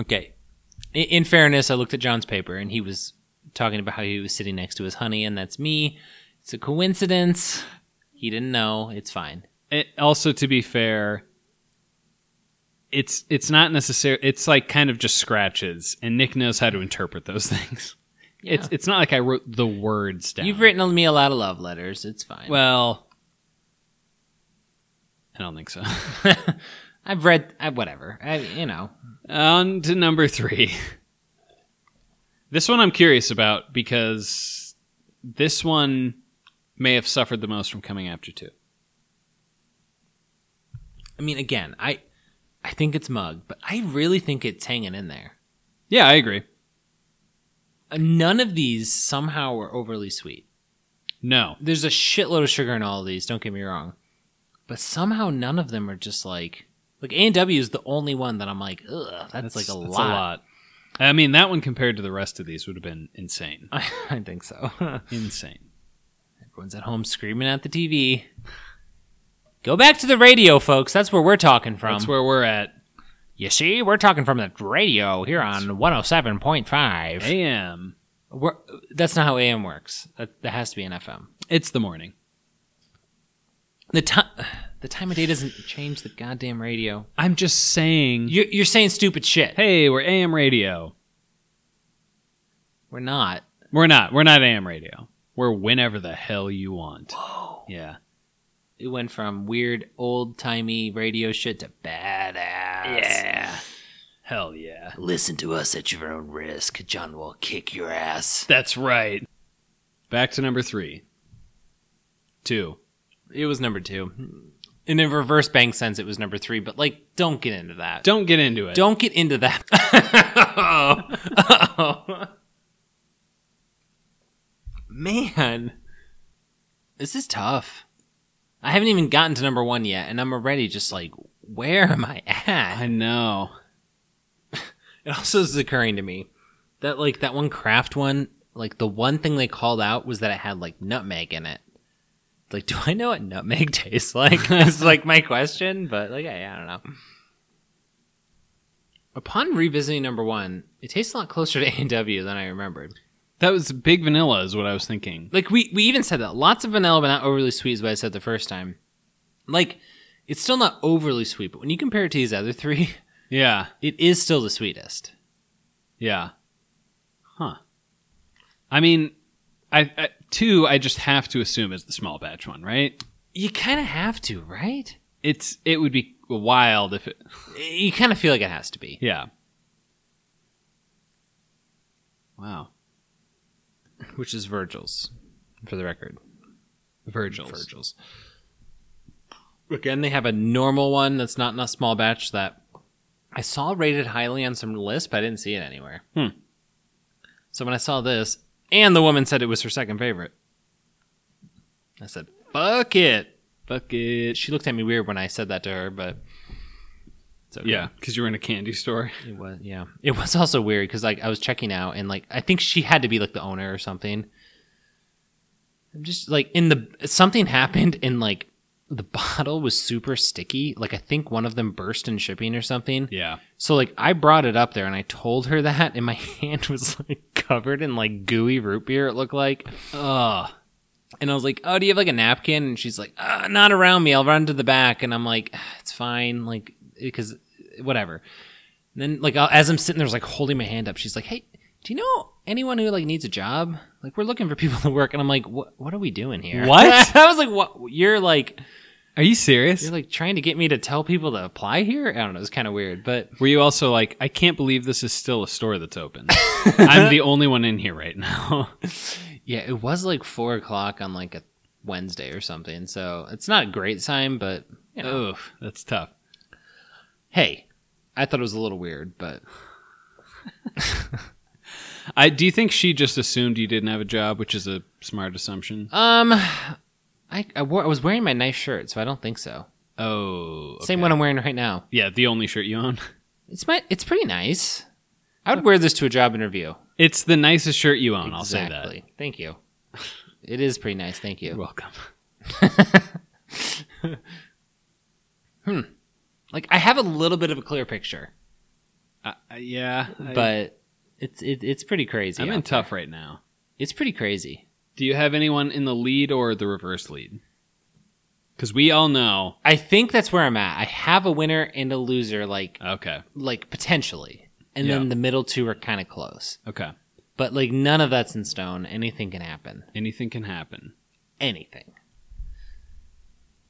Speaker 1: Okay. In, in fairness, I looked at John's paper and he was talking about how he was sitting next to his honey, and that's me. It's a coincidence. He didn't know. It's fine.
Speaker 2: It, also to be fair, it's it's not necessary it's like kind of just scratches and Nick knows how to interpret those *laughs* things. It's it's not like I wrote the words down.
Speaker 1: You've written me a lot of love letters. It's fine.
Speaker 2: Well, I don't think so. *laughs*
Speaker 1: I've read I, whatever. I, you know.
Speaker 2: On to number three. This one I'm curious about because this one may have suffered the most from coming after two.
Speaker 1: I mean, again, I I think it's mug, but I really think it's hanging in there.
Speaker 2: Yeah, I agree.
Speaker 1: Uh, None of these somehow are overly sweet.
Speaker 2: No.
Speaker 1: There's a shitload of sugar in all of these. Don't get me wrong, but somehow none of them are just like like A and W is the only one that I'm like, ugh, that's, like a lot.
Speaker 2: I mean, that one compared to the rest of these would have been insane.
Speaker 1: *laughs* I, I think so. *laughs*
Speaker 2: Insane.
Speaker 1: Everyone's at home screaming at the TV. Go back to the radio, folks. That's where we're talking from.
Speaker 2: That's where we're at.
Speaker 1: You see, we're talking from the radio here on 107.5.
Speaker 2: AM.
Speaker 1: We're, that's not how AM works. That, that has to be an FM.
Speaker 2: It's the morning.
Speaker 1: The time, *sighs* the time of day doesn't change the goddamn radio.
Speaker 2: I'm just saying,
Speaker 1: You're, you're saying stupid shit.
Speaker 2: hey, we're AM radio.
Speaker 1: We're not.
Speaker 2: We're not. We're not AM radio. We're whenever the hell you want. Yeah.
Speaker 1: Oh. It went from weird old timey radio shit to badass.
Speaker 2: Hell yeah.
Speaker 1: Listen to us at your own risk. John will kick your ass.
Speaker 2: That's right. Back to number three. Two.
Speaker 1: It was number two. In a reverse bank sense, it was number three, but like, don't get into that.
Speaker 2: Don't get into it.
Speaker 1: Don't get into that. *laughs* Oh. Man, this is tough. I haven't even gotten to number one yet, and I'm already just like, where am I at?
Speaker 2: I know.
Speaker 1: It also is occurring to me that, like, that one craft one, like, the one thing they called out was that it had, like, nutmeg in it. Like, *laughs* do I know what nutmeg tastes like? *laughs* Is, like, my question, but, like, I, I don't know. Upon revisiting number one, it tastes a lot closer to *laughs* A&W than I remembered.
Speaker 2: That was big vanilla, is what I was thinking.
Speaker 1: Like, we, we even said that. Lots of vanilla, but not overly sweet is what I said the first time. Like, it's still not overly sweet, but when you compare it to these other three, *laughs*
Speaker 2: Yeah.
Speaker 1: it is still the sweetest.
Speaker 2: Yeah. Huh. I mean, I, I two. I just have to assume is the small batch one, right?
Speaker 1: You kind of have to, right?
Speaker 2: It's it would be wild if it.
Speaker 1: you kind of feel like it has to be.
Speaker 2: Yeah. Wow.
Speaker 1: Which is Virgil's, for the record.
Speaker 2: Virgil's.
Speaker 1: Virgil's. Again, they have a normal one that's not in a small batch that I saw rated highly on some list, but I didn't see it anywhere.
Speaker 2: Hmm.
Speaker 1: So when I saw this, and the woman said it was her second favorite, I said, fuck it.
Speaker 2: Fuck it.
Speaker 1: She looked at me weird when I said that to her, but. it's okay.
Speaker 2: Yeah, because you were in a candy store.
Speaker 1: It was yeah. It was *laughs* also weird because like I was checking out and like I think she had to be like the owner or something. I'm just like in the something happened and like the *laughs* bottle was super sticky. Like I think one of them burst in shipping or something.
Speaker 2: Yeah.
Speaker 1: So like I brought it up there and I told her *laughs* that and my hand was like covered in like gooey root beer. It looked like.
Speaker 2: Ugh.
Speaker 1: And I was like, "Oh, do you have like a napkin?" And she's like, uh, "Not around me. I'll run to the back." And I'm like, "Ah, "It's fine, like, because whatever." And then, like, I'll, as I'm sitting there, like holding my hand up, she's like, "Hey, do you know anyone who like needs a job? *laughs* Like, we're looking for people to work." And I'm like, "What? What are we doing here?"
Speaker 2: What?
Speaker 1: I was like, "What? You're like."
Speaker 2: Are you serious?
Speaker 1: You're like trying to get me to tell people to apply here. I don't know. It's kind of weird, but
Speaker 2: Were you also like, I can't believe this is still a store
Speaker 1: *laughs*
Speaker 2: that's open? I'm the only one in here right now.
Speaker 1: yeah, it was like four o'clock on like a Wednesday or something. So it's not a great sign, but you know,
Speaker 2: Oh, that's tough.
Speaker 1: hey, I thought it was a little weird, but
Speaker 2: I do you think she just assumed you didn't have a job, which is a smart assumption?
Speaker 1: um, I I, wore, I was wearing my nice shirt, so I don't think so.
Speaker 2: Oh,
Speaker 1: Same
Speaker 2: okay.
Speaker 1: one I'm wearing right now.
Speaker 2: Yeah, the only shirt you own. *laughs*
Speaker 1: It's my it's pretty nice. I would wear this to a job interview.
Speaker 2: It's the nicest shirt you own. I'll say that.
Speaker 1: Thank you. It is pretty nice. Thank
Speaker 2: You're
Speaker 1: you. *laughs*
Speaker 2: welcome.
Speaker 1: Like I have a little bit of a clear picture,
Speaker 2: Uh, yeah, I-
Speaker 1: but it's it, it's pretty crazy.
Speaker 2: I'm
Speaker 1: out
Speaker 2: in
Speaker 1: there.
Speaker 2: tough right now.
Speaker 1: It's pretty crazy.
Speaker 2: Do you have anyone in the lead or the reverse lead? Because we all know.
Speaker 1: I think that's where I'm at. I have a winner and a loser, like
Speaker 2: Okay,
Speaker 1: like potentially, and
Speaker 2: Yeah.
Speaker 1: then the middle two are kind of close.
Speaker 2: okay.
Speaker 1: But like none of that's in stone. Anything can happen.
Speaker 2: Anything can happen.
Speaker 1: Anything.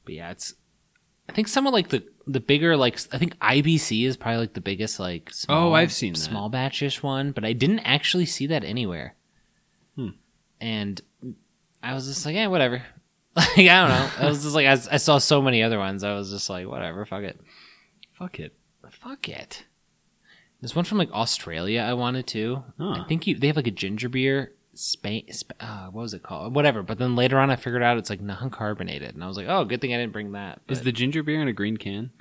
Speaker 1: But yeah, it's. I think someone like the the bigger like I think IBC is probably like the biggest like small,
Speaker 2: Oh, I've seen that.
Speaker 1: small batchish one, but I didn't actually see that anywhere.
Speaker 2: Hmm.
Speaker 1: And I was just like, yeah, whatever. *laughs* Like I don't know. I was just like, I, s- I saw so many other ones. I was just like, whatever, fuck it,
Speaker 2: Fuck it.
Speaker 1: fuck it. There's one from like Australia. I wanted to.
Speaker 2: Huh.
Speaker 1: I think you they have like a ginger beer. Spain, sp- uh, what was it called? Whatever. But then later on, I figured out it's like non-carbonated, and I was like, "Oh, good thing I didn't bring that."
Speaker 2: Is
Speaker 1: But-
Speaker 2: the ginger beer in a green can?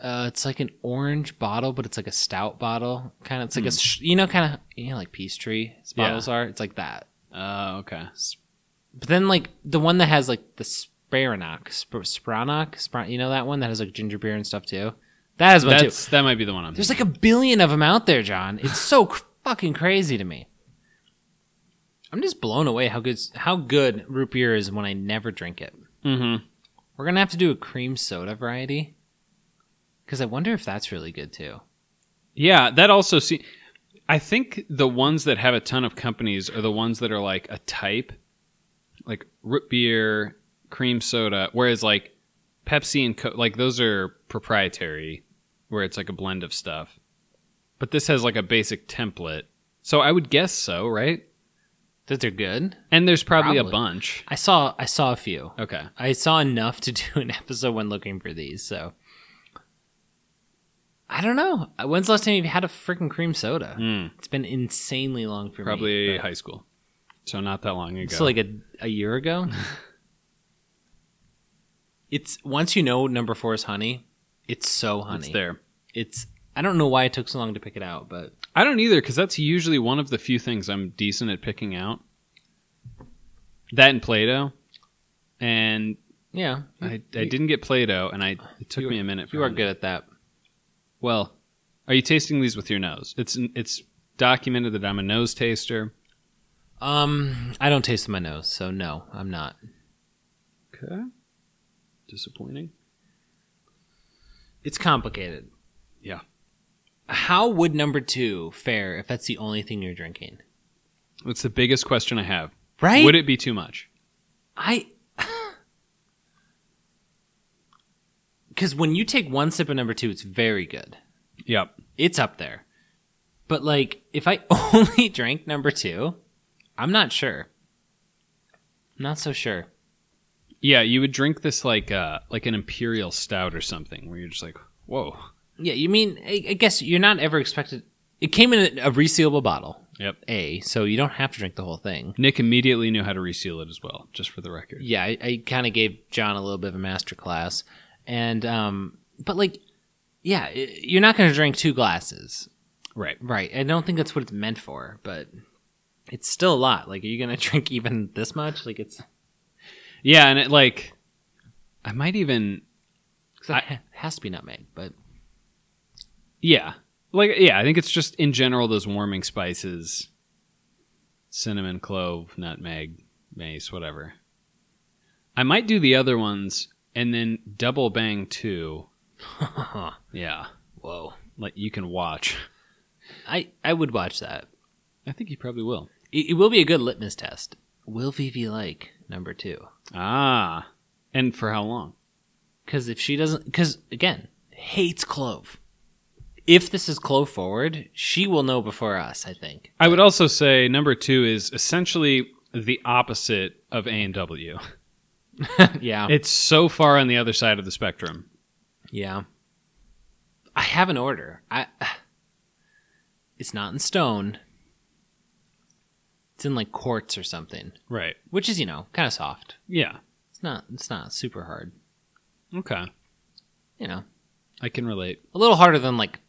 Speaker 1: uh, it's like an orange bottle, but it's like a stout bottle. Kind of, it's like a sh- you know, kind of you know, like peace tree
Speaker 2: Hmm. Yeah.
Speaker 1: bottles are. It's like that.
Speaker 2: Oh, okay.
Speaker 1: But then like the one that has like the Sparanock, Sp- Sparanock, Spar- you know that one that has like ginger beer and stuff too. That is one too.
Speaker 2: That's that might be the one I'm.
Speaker 1: There's like a billion of them out there, John. It's so cr- fucking crazy to me. I'm just blown away how good how good root beer is when I never drink it.
Speaker 2: Mm-hmm.
Speaker 1: We're gonna have to do a cream soda variety because I wonder if that's really good too.
Speaker 2: Yeah, that also. See, I think the ones that have a ton of companies are the ones that are like a type, like root beer, cream soda. Whereas like Pepsi and Co- like those are proprietary, where it's like a blend of stuff. But this has like a basic template, so I would guess so, right?
Speaker 1: That they're good.
Speaker 2: And there's probably, a
Speaker 1: Probably.
Speaker 2: bunch.
Speaker 1: I saw I saw a few.
Speaker 2: Okay,
Speaker 1: I saw enough to do an episode when looking for these. So I don't know. When's the last time you've had a freaking cream soda?
Speaker 2: Hmm.
Speaker 1: It's been insanely long for
Speaker 2: probably
Speaker 1: me.
Speaker 2: high school, so not that long ago.
Speaker 1: So like a a year ago.
Speaker 2: Mm-hmm.
Speaker 1: it's once you know number four is honey. It's so honey.
Speaker 2: it's there.
Speaker 1: It's- I don't know why it took so long to pick it out, but
Speaker 2: I don't either because that's usually one of the few things I'm decent at picking out. That and Play-Doh, and
Speaker 1: yeah,
Speaker 2: I, I didn't get Play-Doh, and I it took
Speaker 1: you-
Speaker 2: me a minute.
Speaker 1: You
Speaker 2: for
Speaker 1: are
Speaker 2: honey.
Speaker 1: good at that.
Speaker 2: Well, are you tasting these with your nose? It's it's documented that I'm a nose taster.
Speaker 1: Um, I don't taste my nose, so no, I'm not.
Speaker 2: Okay. Disappointing.
Speaker 1: It's complicated.
Speaker 2: Yeah.
Speaker 1: How would number two fare if that's the only thing you're drinking?
Speaker 2: That's the biggest question I have.
Speaker 1: Right?
Speaker 2: Would it be too much?
Speaker 1: I. *sighs* Because when you take one sip of number two, it's very good.
Speaker 2: Yep.
Speaker 1: It's up there. But like, if I *laughs* only drank number two, I'm not sure. Not so sure.
Speaker 2: Yeah, you would drink this like uh like an imperial stout or something, where you're just like, whoa.
Speaker 1: Yeah, you mean I, I guess you're not ever expected. It came in a, a resealable bottle,
Speaker 2: Yep.
Speaker 1: a, so you don't have to drink the whole thing.
Speaker 2: Nick immediately knew how to reseal it as well, just for the record.
Speaker 1: Yeah, I, I kind of gave John a little bit of a master class, and um, but like, yeah, i you're not going to drink two glasses,
Speaker 2: Right.
Speaker 1: right? I don't think that's what it's meant for, but it's still a lot. Like, are you going to *laughs* drink even this much? Like, it's
Speaker 2: Yeah, and it like I might even
Speaker 1: 'cause it ha- has to be nutmeg, but
Speaker 2: yeah. Like yeah, I think it's just in general those warming spices. Cinnamon, clove, nutmeg, mace, whatever. I might do the other ones and then double bang two. Yeah.
Speaker 1: whoa,
Speaker 2: Like you can watch.
Speaker 1: I I would watch that.
Speaker 2: I think you probably will.
Speaker 1: It, it will be a good litmus test. Will Vivi like number two?
Speaker 2: Ah. And for how long?
Speaker 1: Because if she doesn't, because again, hates clove. If this is clove forward, she will know before us. I
Speaker 2: *laughs*
Speaker 1: think.
Speaker 2: I would also say number two is essentially the opposite of A and W.
Speaker 1: yeah.
Speaker 2: It's so far on the other side of the spectrum.
Speaker 1: Yeah. I have an order. I *sighs* It's not in stone. It's in like quartz or something,
Speaker 2: Right.
Speaker 1: which is, you know, kind of soft.
Speaker 2: Yeah.
Speaker 1: It's not it's not super hard,
Speaker 2: Okay.
Speaker 1: you know.
Speaker 2: I can relate.
Speaker 1: A little harder than like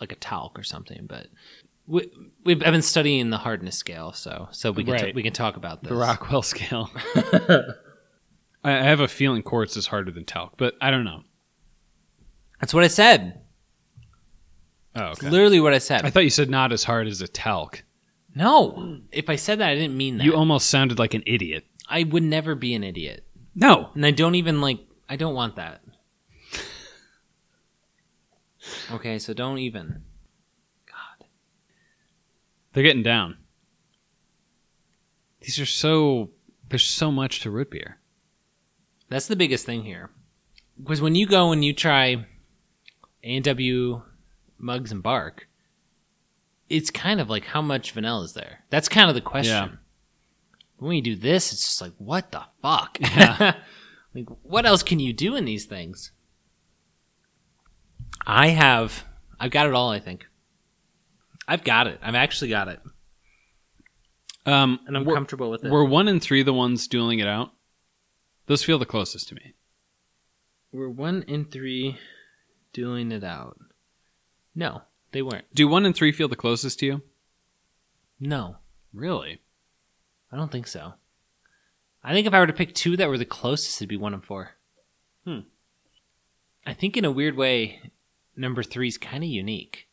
Speaker 1: like a talc or something, but we we've I've been studying the hardness scale, so so we can t-
Speaker 2: Right.
Speaker 1: we can talk about this.
Speaker 2: The *laughs* Rockwell scale. I I have a feeling quartz is harder than talc, but I don't know.
Speaker 1: That's what I said.
Speaker 2: Oh,
Speaker 1: It's
Speaker 2: okay.
Speaker 1: Literally what I said.
Speaker 2: I thought you said not as hard as a talc.
Speaker 1: no. If I said that, I didn't mean that.
Speaker 2: You almost sounded like an idiot.
Speaker 1: I would never be an idiot.
Speaker 2: No.
Speaker 1: And I don't even like I don't want
Speaker 2: *laughs*
Speaker 1: that. Okay, so don't even. God.
Speaker 2: They're getting down. These are so. There's so much to root beer.
Speaker 1: That's the biggest thing here. Because when you go and you try A&W mugs and bark, it's kind of like how much vanilla is there? That's kind of the question.
Speaker 2: Yeah.
Speaker 1: When you do this, it's just like what the fuck?
Speaker 2: *laughs* Yeah.
Speaker 1: *laughs* like what else can you do in these things? I have I've got it all, I think. I've got it. I've actually got it.
Speaker 2: Um,
Speaker 1: and I'm
Speaker 2: we're,
Speaker 1: comfortable with it.
Speaker 2: were one and three the ones dueling it out? Those feel the closest to me.
Speaker 1: We're one in three dueling it out. No, they weren't.
Speaker 2: Do one and three feel the closest to you?
Speaker 1: No,
Speaker 2: Really?
Speaker 1: I don't think so. I think if I were to pick two that were the closest, it'd be one and four.
Speaker 2: Hmm.
Speaker 1: I think in a weird way, number three is kind of unique.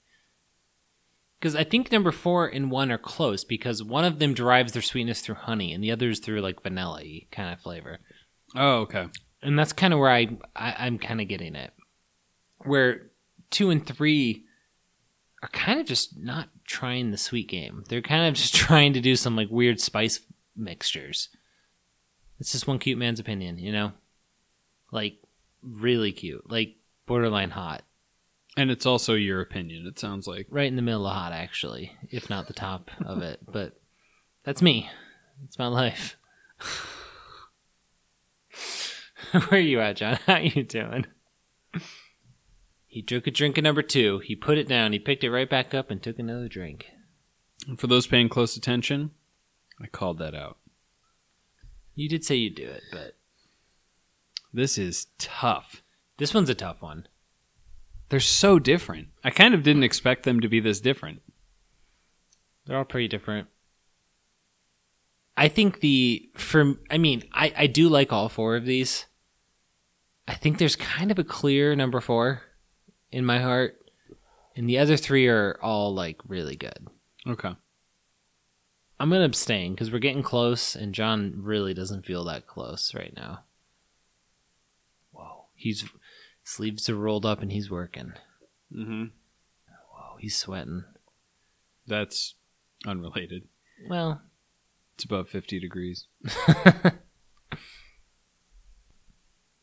Speaker 1: Because I think number four and one are close because one of them derives their sweetness through honey and the other is through like vanilla kind of flavor.
Speaker 2: Oh, okay.
Speaker 1: and that's kind of where I, I I'm kind of getting it, where two and three are kind of just not trying the sweet game. They're kind of just *laughs* trying to do some like weird spice mixtures. It's just one cute man's opinion, you know, like really cute, like borderline hot,
Speaker 2: And it's also your opinion, it sounds like.
Speaker 1: right in the middle of hot actually, if not the top of *laughs* it. But that's me. It's my life. *laughs* Where you at, John? *laughs* How you doing? He took a drink of number two. He put it down. He picked it right back up and took another drink.
Speaker 2: And for those paying close attention, I called that out.
Speaker 1: You did say you'd do it, but
Speaker 2: This is tough.
Speaker 1: this one's a tough one.
Speaker 2: They're so different. I kind of didn't expect them to be this different.
Speaker 1: They're all pretty different. I think the for I mean I I do like all four of these. I think there's kind of a clear number four in my heart, and the other three are all like really good.
Speaker 2: Okay.
Speaker 1: I'm gonna abstain because we're getting close, and John really doesn't feel that close right now. Whoa, he's sleeves are rolled up and he's working.
Speaker 2: Mm-hmm.
Speaker 1: Whoa, he's sweating.
Speaker 2: That's unrelated.
Speaker 1: Well,
Speaker 2: It's above 50 degrees.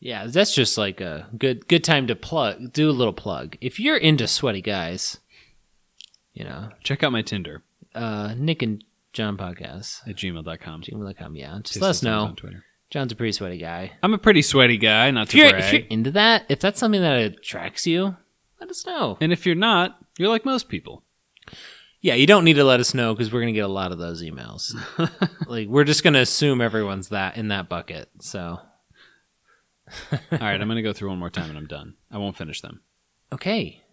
Speaker 1: Yeah, that's just like a good good time to plug do a little plug. If you're into sweaty guys, you know,
Speaker 2: Check out my Tinder
Speaker 1: uh, Nick and John podcast
Speaker 2: at gmail.com.
Speaker 1: gmail.com. Yeah, just
Speaker 2: Jason
Speaker 1: let us
Speaker 2: Simmons
Speaker 1: know.
Speaker 2: on Twitter.
Speaker 1: John's a pretty sweaty guy.
Speaker 2: I'm a pretty sweaty guy, not
Speaker 1: If
Speaker 2: to
Speaker 1: you're,
Speaker 2: brag.
Speaker 1: if you're into that, if that's something that attracts you, let us know.
Speaker 2: and if you're not, you're like
Speaker 1: *laughs*
Speaker 2: most people.
Speaker 1: Yeah, you don't need to let us know because we're gonna get a lot of those *laughs* emails. like we're just gonna assume everyone's that in that bucket. So
Speaker 2: All right, I'm going to go through one more time and I'm done. I won't finish them.
Speaker 1: okay,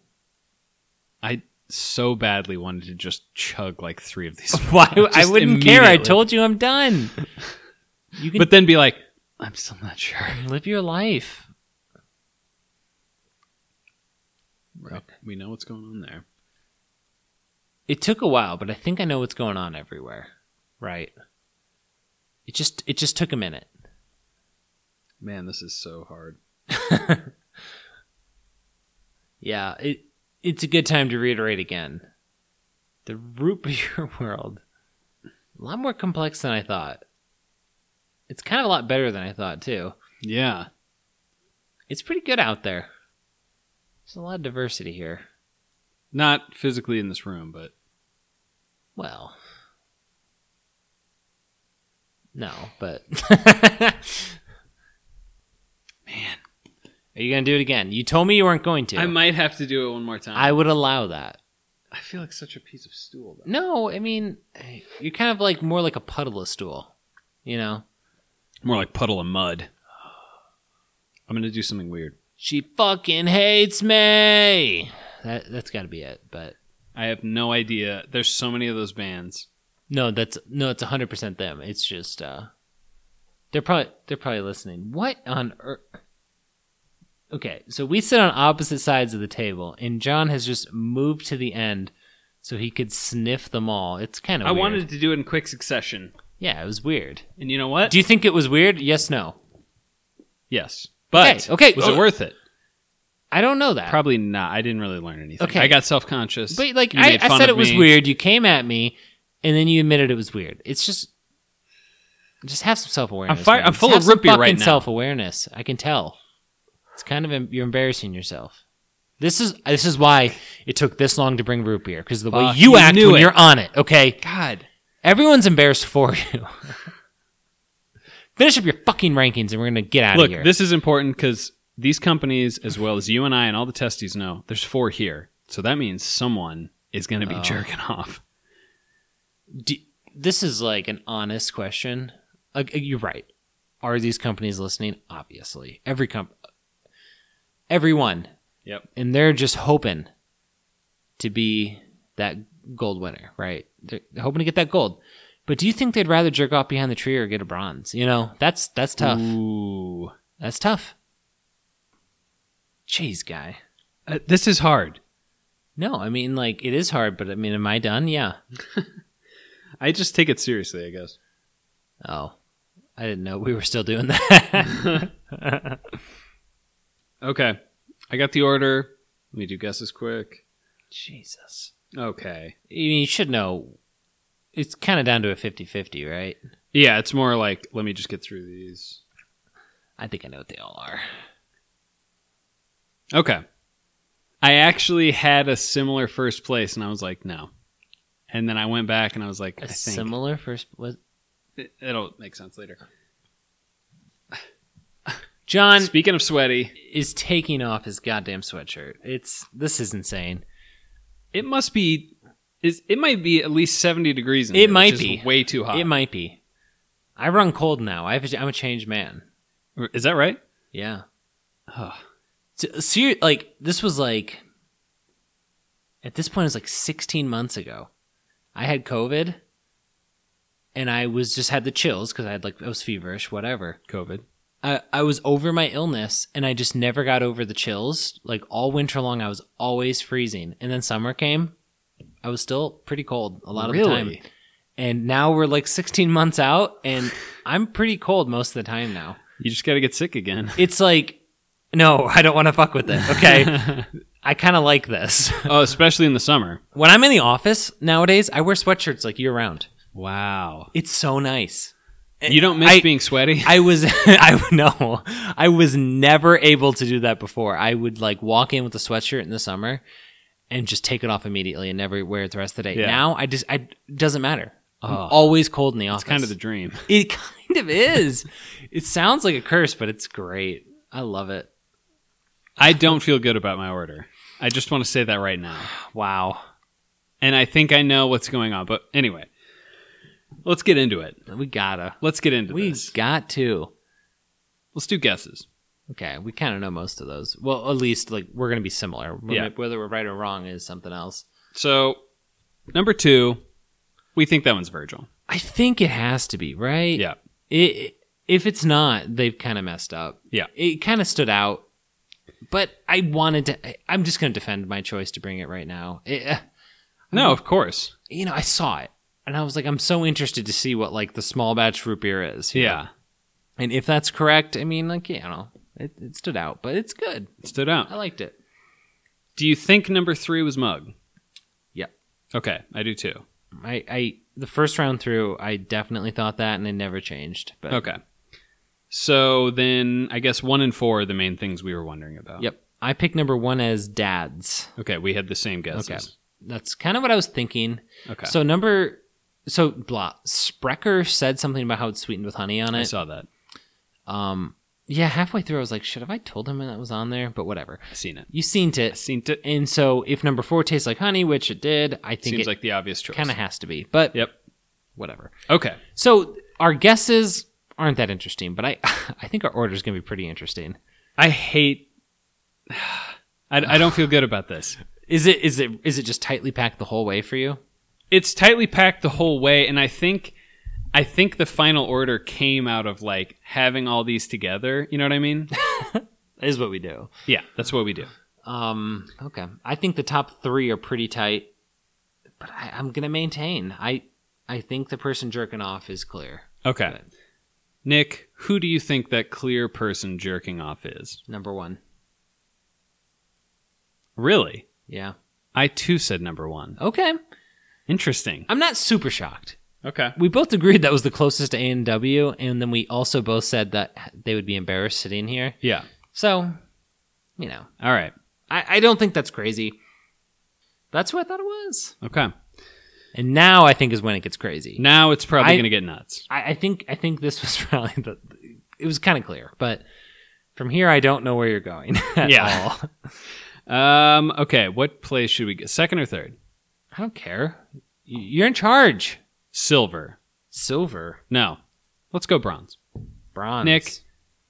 Speaker 2: So badly wanted to just chug like three of
Speaker 1: *laughs*
Speaker 2: these.
Speaker 1: *laughs* why I
Speaker 2: Just
Speaker 1: wouldn't care. I
Speaker 2: immediately.
Speaker 1: told you I'm *laughs* done. You can
Speaker 2: But then be like, I'm still not sure.
Speaker 1: live your life.
Speaker 2: Right. We know what's going on there.
Speaker 1: it took a while, but I think I know what's going on everywhere. Right. It just it just took a minute. *laughs*
Speaker 2: Man, this is so hard.
Speaker 1: Yeah, it it's a good time to reiterate again. The root *laughs* beer world. A lot more complex than I thought. It's kind of a lot better than I thought too.
Speaker 2: Yeah.
Speaker 1: It's pretty good out there. There's a lot of diversity here.
Speaker 2: Not physically in this room, but
Speaker 1: Well, no, but *laughs* man, are you gonna do it again? You told me you weren't going to.
Speaker 2: I might have to do it one more time.
Speaker 1: I would allow that.
Speaker 2: I feel like such a piece of stool. Though.
Speaker 1: No, I mean eh, you're kind of like more like a puddle of stool, you know.
Speaker 2: More like puddle of mud. I'm gonna do something weird.
Speaker 1: She fucking hates me. That that's got to be it. But
Speaker 2: I have no idea. There's so many of those bands.
Speaker 1: no, that's no, it's hundred percent them. It's just uh, they're probably they're probably listening. What on earth? Okay, so we sit on opposite sides of the table, and John has just moved to the end so he could sniff them all. It's kind of
Speaker 2: I
Speaker 1: weird.
Speaker 2: wanted to do it in quick succession,
Speaker 1: yeah, it was weird.
Speaker 2: and you know what?
Speaker 1: Do you think it was weird? Yes, no.
Speaker 2: yes,
Speaker 1: Okay,
Speaker 2: but
Speaker 1: Oh. okay.
Speaker 2: was it worth it?
Speaker 1: I don't know that.
Speaker 2: Probably not. I didn't really learn anything.
Speaker 1: Okay.
Speaker 2: I got self conscious.
Speaker 1: But like I, I said, it was weird. You came at me, and then you admitted it was weird. It's just, just have some self awareness.
Speaker 2: I'm fi- I'm full of root beer right now.
Speaker 1: Self awareness. I can tell. It's kind of em- you're embarrassing yourself. This is this is why it took this long to bring root beer because the way
Speaker 2: Fuck,
Speaker 1: you,
Speaker 2: you
Speaker 1: act
Speaker 2: knew
Speaker 1: when
Speaker 2: it.
Speaker 1: you're on it. Okay,
Speaker 2: God,
Speaker 1: everyone's embarrassed for you. *laughs* Finish up your fucking rankings, and we're gonna get out
Speaker 2: look,
Speaker 1: of here.
Speaker 2: this is important because these companies, as well as you and I and all the testes, know there's four here. So that means someone is going to be
Speaker 1: Oh.
Speaker 2: jerking off.
Speaker 1: Do, this is like an honest question. Like, you're right. Are these companies listening? Obviously, every comp, everyone,
Speaker 2: Yep.
Speaker 1: and they're just hoping to be that gold winner, right? They're hoping to get that gold. But do you think they'd rather jerk off behind the tree or get a bronze? You know, that's that's tough.
Speaker 2: Ooh.
Speaker 1: That's tough. Jeez, guy.
Speaker 2: Uh, this is hard.
Speaker 1: No, I mean like it is hard, but I mean, am I done? Yeah.
Speaker 2: I just take it seriously, I guess.
Speaker 1: Oh, I didn't know we were still doing that.
Speaker 2: *laughs*
Speaker 1: *laughs*
Speaker 2: Okay. I got the order. Let me do guesses quick.
Speaker 1: Jesus.
Speaker 2: Okay.
Speaker 1: I mean, you should know. It's kind of down to a 50 50, right?
Speaker 2: Yeah, it's more like let me just get through these.
Speaker 1: I think I know what they all are.
Speaker 2: Okay. I actually had a similar first place and I was like, no. And then I went back and I was like,
Speaker 1: A
Speaker 2: I think
Speaker 1: similar first. Was,
Speaker 2: it, it'll make sense later.
Speaker 1: John
Speaker 2: Speaking of sweaty,
Speaker 1: is taking off his goddamn sweatshirt. It's This is insane.
Speaker 2: it must be is it might be at least 70 degrees in
Speaker 1: It
Speaker 2: here, which
Speaker 1: might
Speaker 2: is
Speaker 1: be.
Speaker 2: way too hot.
Speaker 1: It might be. I run cold now. I have a, I'm a changed man.
Speaker 2: is that right?
Speaker 1: Yeah.
Speaker 2: Ugh.
Speaker 1: So, ser- like, this was like. At this point, it was like 16 months ago. I had COVID and I was just had the chills because I had like, I was feverish, whatever.
Speaker 2: COVID.
Speaker 1: I, I was over my illness and I just never got over the chills. Like all winter long, I was always freezing. And then summer came, I was still pretty cold a lot of the time.
Speaker 2: Really?
Speaker 1: And now we're like 16 months out and I'm pretty cold most of the time now.
Speaker 2: You just got to get sick again. *laughs*
Speaker 1: It's like, no, *laughs* I don't want to fuck with it.
Speaker 2: *laughs*
Speaker 1: Okay. I kind of like this. *laughs*
Speaker 2: oh, especially in the summer.
Speaker 1: When I'm in the office nowadays, I wear sweatshirts like year round.
Speaker 2: Wow.
Speaker 1: It's so nice.
Speaker 2: You don't miss
Speaker 1: Eh, I- *laughs*
Speaker 2: being sweaty?
Speaker 1: I was I no, I was never able to do that before. I would like walk in with a sweatshirt in the summer and just take it off immediately and never wear it the rest of the day.
Speaker 2: Yeah.
Speaker 1: Now I just I it doesn't matter. I'm
Speaker 2: Ugh.
Speaker 1: always cold in the office.
Speaker 2: It's kind of the dream.
Speaker 1: *laughs* it kind of is. it sounds like a curse, but it's great. I love it.
Speaker 2: I don't feel good about my order. I just want to say that right now.
Speaker 1: Wow.
Speaker 2: And I think I know what's going on. But anyway, let's get into it.
Speaker 1: We gotta.
Speaker 2: Let's get into
Speaker 1: We
Speaker 2: this.
Speaker 1: got to.
Speaker 2: Let's do guesses.
Speaker 1: Okay, we kind of know most of those. Well, at least like we're gonna be similar.
Speaker 2: Yeah.
Speaker 1: Whether we're right or wrong is something else.
Speaker 2: So, number two, we think that one's Virgil.
Speaker 1: I think it has to be right.
Speaker 2: Yeah.
Speaker 1: it, if it's not, they've kind of messed up.
Speaker 2: Yeah.
Speaker 1: It kind of stood out. But I wanted to. I- I'm just going to defend my choice to bring it right now. It, uh,
Speaker 2: No, of course.
Speaker 1: you know, I saw it and I was like, I'm so interested to see what like the small batch root beer is. you know?
Speaker 2: Yeah.
Speaker 1: And if that's correct, I mean, like, you know, it, it stood out, but it's good.
Speaker 2: It stood out.
Speaker 1: I liked it.
Speaker 2: Do you think number three was Mug?
Speaker 1: Yeah.
Speaker 2: Okay, I do too.
Speaker 1: I, I the first round through, I definitely thought that, and it never changed. But
Speaker 2: Okay. So then I guess one and four are the main things we were wondering about.
Speaker 1: Yep. I picked number one as dads.
Speaker 2: Okay, we had the same guesses.
Speaker 1: That's kind of what I was thinking.
Speaker 2: Okay.
Speaker 1: So number, so blah. Sprecher said something about how it's sweetened with honey on
Speaker 2: I
Speaker 1: it.
Speaker 2: saw that.
Speaker 1: Um, yeah. Halfway through, I was like, should have I told him that was on there? But whatever.
Speaker 2: I seen it.
Speaker 1: You seen
Speaker 2: I
Speaker 1: it,
Speaker 2: seen it.
Speaker 1: and so if number four tastes like honey, which it did, I think
Speaker 2: Seems
Speaker 1: it
Speaker 2: like the obvious choice.
Speaker 1: kind of has to be. But
Speaker 2: Yep.
Speaker 1: whatever.
Speaker 2: Okay.
Speaker 1: So our guesses aren't that interesting, but I *laughs* I think our order is going to be pretty interesting.
Speaker 2: I hate. *sighs* I, I don't feel good about this.
Speaker 1: Is it is it is it just tightly packed the whole way for you?
Speaker 2: It's tightly packed the whole way, and I think, I think the final order came out of like having all these together. You know what I
Speaker 1: *laughs*
Speaker 2: mean?
Speaker 1: That is what we do.
Speaker 2: yeah, that's what we do.
Speaker 1: Um, okay. I think the top three are pretty tight, but I, I'm going to maintain. I I think the person jerking off is clear.
Speaker 2: Okay. Nick, who do you think that clear person jerking off is?
Speaker 1: Number one.
Speaker 2: Really?
Speaker 1: Yeah.
Speaker 2: I too said number one.
Speaker 1: Okay.
Speaker 2: Interesting.
Speaker 1: I'm not super shocked.
Speaker 2: Okay.
Speaker 1: We both agreed that was the closest to A&W, and then we also both said that they would be embarrassed sitting here.
Speaker 2: Yeah.
Speaker 1: So, you know,
Speaker 2: All right.
Speaker 1: I, I don't think that's crazy. That's what I thought it was.
Speaker 2: Okay.
Speaker 1: And now I think is when it gets crazy.
Speaker 2: Now it's probably
Speaker 1: I-
Speaker 2: going to get nuts.
Speaker 1: I, I think I think this *laughs* was probably the it was kind of clear, but from here I don't know where you're going. *laughs* at
Speaker 2: Yeah.
Speaker 1: all.
Speaker 2: Um. Okay. What place should we get? Second or third?
Speaker 1: I don't care. Y- You're in charge.
Speaker 2: Silver.
Speaker 1: Silver,
Speaker 2: No. Let's go bronze.
Speaker 1: bronze.
Speaker 2: Nick.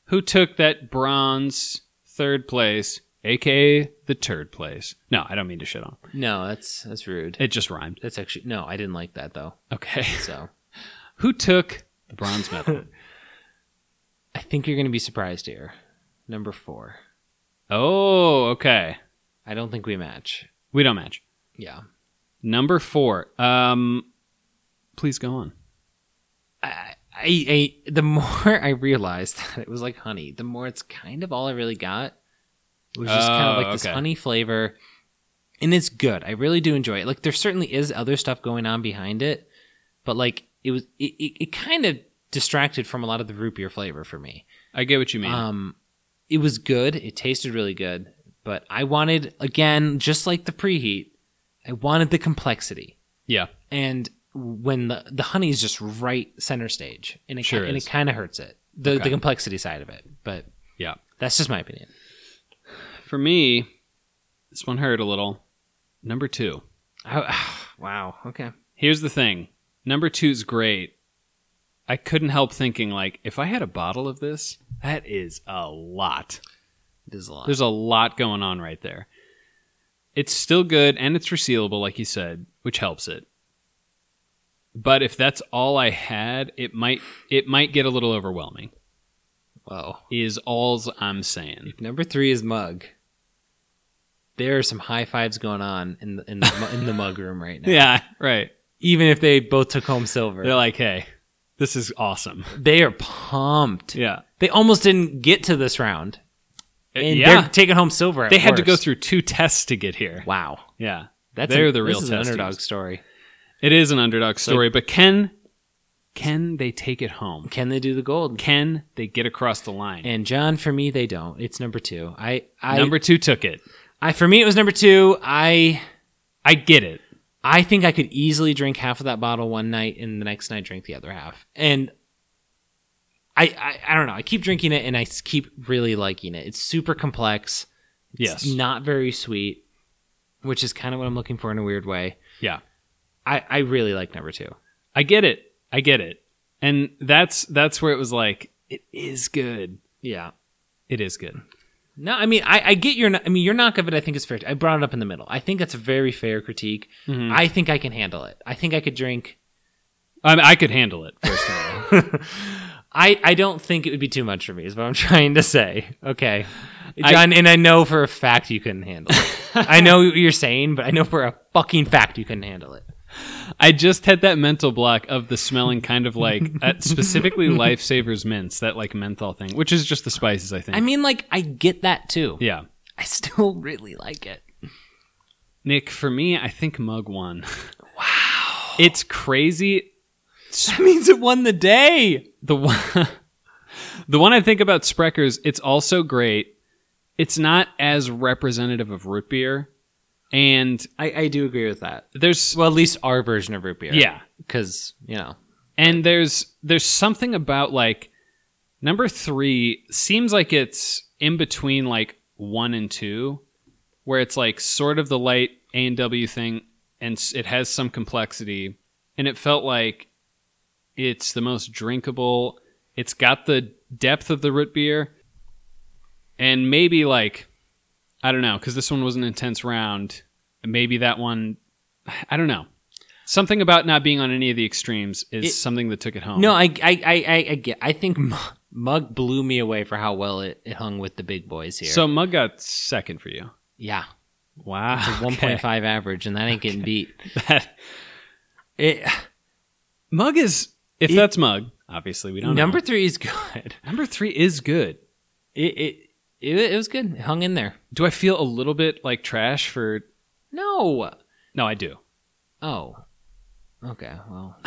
Speaker 2: Who took that bronze third place, aka the third place? No, I don't mean to shit on.
Speaker 1: No, that's that's rude.
Speaker 2: It just rhymed.
Speaker 1: That's actually no. I didn't like that
Speaker 2: *laughs*
Speaker 1: though.
Speaker 2: Okay.
Speaker 1: So
Speaker 2: Who took the bronze *laughs* medal?
Speaker 1: I think you're going to be surprised here. Number four.
Speaker 2: oh, okay.
Speaker 1: I don't think we match.
Speaker 2: We don't match.
Speaker 1: Yeah.
Speaker 2: Number four. Um, please go on.
Speaker 1: I, I, I the *laughs* more I realized *laughs* that it was like honey, the more it's kind of all I really got. It was just kind
Speaker 2: Oh,
Speaker 1: of like this
Speaker 2: okay.
Speaker 1: honey flavor, and it's good. I really do enjoy it. Like there certainly is other stuff going on behind it, but like it was, it, it, it kind of distracted from a lot of the root beer flavor for me.
Speaker 2: I get what you mean.
Speaker 1: Um, it was good. It tasted really good, but I wanted again, just like the preheat, I wanted the complexity
Speaker 2: yeah.
Speaker 1: and when the the honey is just right center stage, and it
Speaker 2: Sure
Speaker 1: ki- and
Speaker 2: is.
Speaker 1: it kind of hurts it the
Speaker 2: Okay.
Speaker 1: the complexity side of it. But
Speaker 2: Yeah.
Speaker 1: that's just my opinion.
Speaker 2: For me, this one hurt a little. Number two.
Speaker 1: I, *sighs* wow. Okay.
Speaker 2: Here's the thing. Number two's great. I couldn't help thinking, like, if I had a bottle of this, that is a lot.
Speaker 1: This is a lot.
Speaker 2: There's a lot going on right there. It's still good and it's resealable, like you said, which helps it. But if that's all I had, it might it might get a little overwhelming.
Speaker 1: Whoa.
Speaker 2: Is all's I'm saying.
Speaker 1: Number three is mug. There are some high fives going on in the in the, mu- in the mug room right *laughs* now.
Speaker 2: Yeah, right.
Speaker 1: Even if they both took home silver,
Speaker 2: They're like, hey, this is awesome.
Speaker 1: they are pumped.
Speaker 2: Yeah,
Speaker 1: They almost didn't get to this round, and
Speaker 2: yeah.
Speaker 1: they're taking home silver. at
Speaker 2: They had to go
Speaker 1: worst.
Speaker 2: through two tests to get here.
Speaker 1: Wow.
Speaker 2: Yeah,
Speaker 1: That's
Speaker 2: They're
Speaker 1: a,
Speaker 2: the real
Speaker 1: this is an
Speaker 2: test
Speaker 1: underdog
Speaker 2: teams.
Speaker 1: story.
Speaker 2: it is an underdog story, but can can they take it home?
Speaker 1: Can they do the gold?
Speaker 2: Can they get across the line?
Speaker 1: And John, for me, they don't. It's number two. I, I,
Speaker 2: Number two took it.
Speaker 1: I, for me, it was number two. I,
Speaker 2: I get it.
Speaker 1: I think I could easily drink half of that bottle one night, and the next night drink the other half. And I, I, I don't know. I keep drinking it, and I s- keep really liking it. It's super complex.
Speaker 2: Yes.
Speaker 1: It's not very sweet, which is kind of what I'm looking for in a weird way.
Speaker 2: Yeah.
Speaker 1: I, I really like number two.
Speaker 2: I get it. I get it. And that's that's where it was like, it is good.
Speaker 1: Yeah.
Speaker 2: It is good.
Speaker 1: No, I mean, I, I get your. kn- I mean, your knock of it. I think is fair. I brought it up in the middle. I think that's a very fair critique.
Speaker 2: Mhm.
Speaker 1: I think I can handle it. I think I could drink.
Speaker 2: I, mean, I could handle it. First of all,
Speaker 1: *laughs* I I don't think it would be too much for me. Is what I'm *laughs* trying to say. Okay,
Speaker 2: I-
Speaker 1: John, and I know for a fact you couldn't handle it. *laughs* I know what you're saying, but I know for a fucking fact you couldn't handle it.
Speaker 2: I just had that mental block of the smelling kind of like uh, specifically Lifesavers mints, that like menthol thing, which is just the spices. I think.
Speaker 1: I mean, like I get that too.
Speaker 2: yeah.
Speaker 1: I still *laughs* really like it.
Speaker 2: Nick, for me, I think mug won. Wow. It's crazy. *laughs*
Speaker 1: That means it won the day.
Speaker 2: The one, *laughs* The one I think about Spreckers, it's also great. It's not as representative of root beer, and
Speaker 1: I, I do agree with that.
Speaker 2: there's
Speaker 1: Well, at least our version of root beer.
Speaker 2: yeah,
Speaker 1: because you know,
Speaker 2: and there's there's something about like number three seems like it's in between like one and two, where it's like sort of the light A and W thing, and s- it has some complexity, and it felt like it's the most drinkable. It's got the depth of the root beer, and maybe like I don't know because this one was an intense round. and Maybe that one, I don't know. Something about not being on any of the extremes is
Speaker 1: It-
Speaker 2: something that took it home.
Speaker 1: no, I I I I, I, get, I think Mu- Mug blew me away for how well it, it hung with the big boys here.
Speaker 2: So Mug got second for you.
Speaker 1: *sighs* yeah,
Speaker 2: Wow,
Speaker 1: it's a 1.5 average, and that ain't getting beat.
Speaker 2: *laughs* That-
Speaker 1: It,
Speaker 2: Mug is if
Speaker 1: It-
Speaker 2: that's Mug. Obviously, we don't.
Speaker 1: number
Speaker 2: know.
Speaker 1: three is good. *laughs*
Speaker 2: number three is good.
Speaker 1: It, it it it was good. It hung in there.
Speaker 2: Do I feel a little bit like trash for?
Speaker 1: No.
Speaker 2: No, I do.
Speaker 1: Oh. Okay.
Speaker 2: *laughs*
Speaker 1: Well,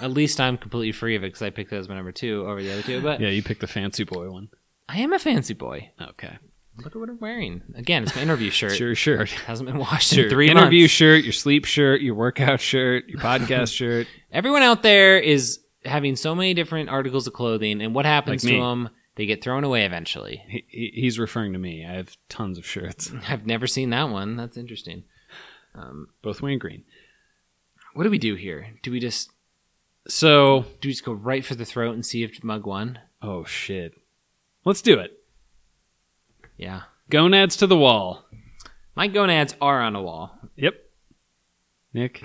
Speaker 1: at least I'm completely free of it because I picked it as my number two over the other two. But
Speaker 2: Yeah, you picked the fancy boy one.
Speaker 1: I am a fancy boy.
Speaker 2: Okay,
Speaker 1: Look at what I'm wearing. Again, it's my interview shirt.
Speaker 2: it's your shirt.
Speaker 1: Hasn't been washed
Speaker 2: Your
Speaker 1: in three
Speaker 2: interview
Speaker 1: months.
Speaker 2: shirt, your sleep shirt, your workout shirt, your podcast *laughs* shirt.
Speaker 1: Everyone out there is having so many different articles of clothing, and what happens
Speaker 2: Like
Speaker 1: to
Speaker 2: me.
Speaker 1: them? They get thrown away eventually.
Speaker 2: He, he- he's referring to me. I have tons of shirts,
Speaker 1: I've never seen that one. That's interesting. Um,
Speaker 2: both white and green.
Speaker 1: what do we do here? Do we just
Speaker 2: So,
Speaker 1: do we just go right for the throat and see if Mug won?
Speaker 2: oh shit, let's do it.
Speaker 1: Yeah.
Speaker 2: Gonads to the wall.
Speaker 1: My gonads are on a wall.
Speaker 2: Yep. Nick.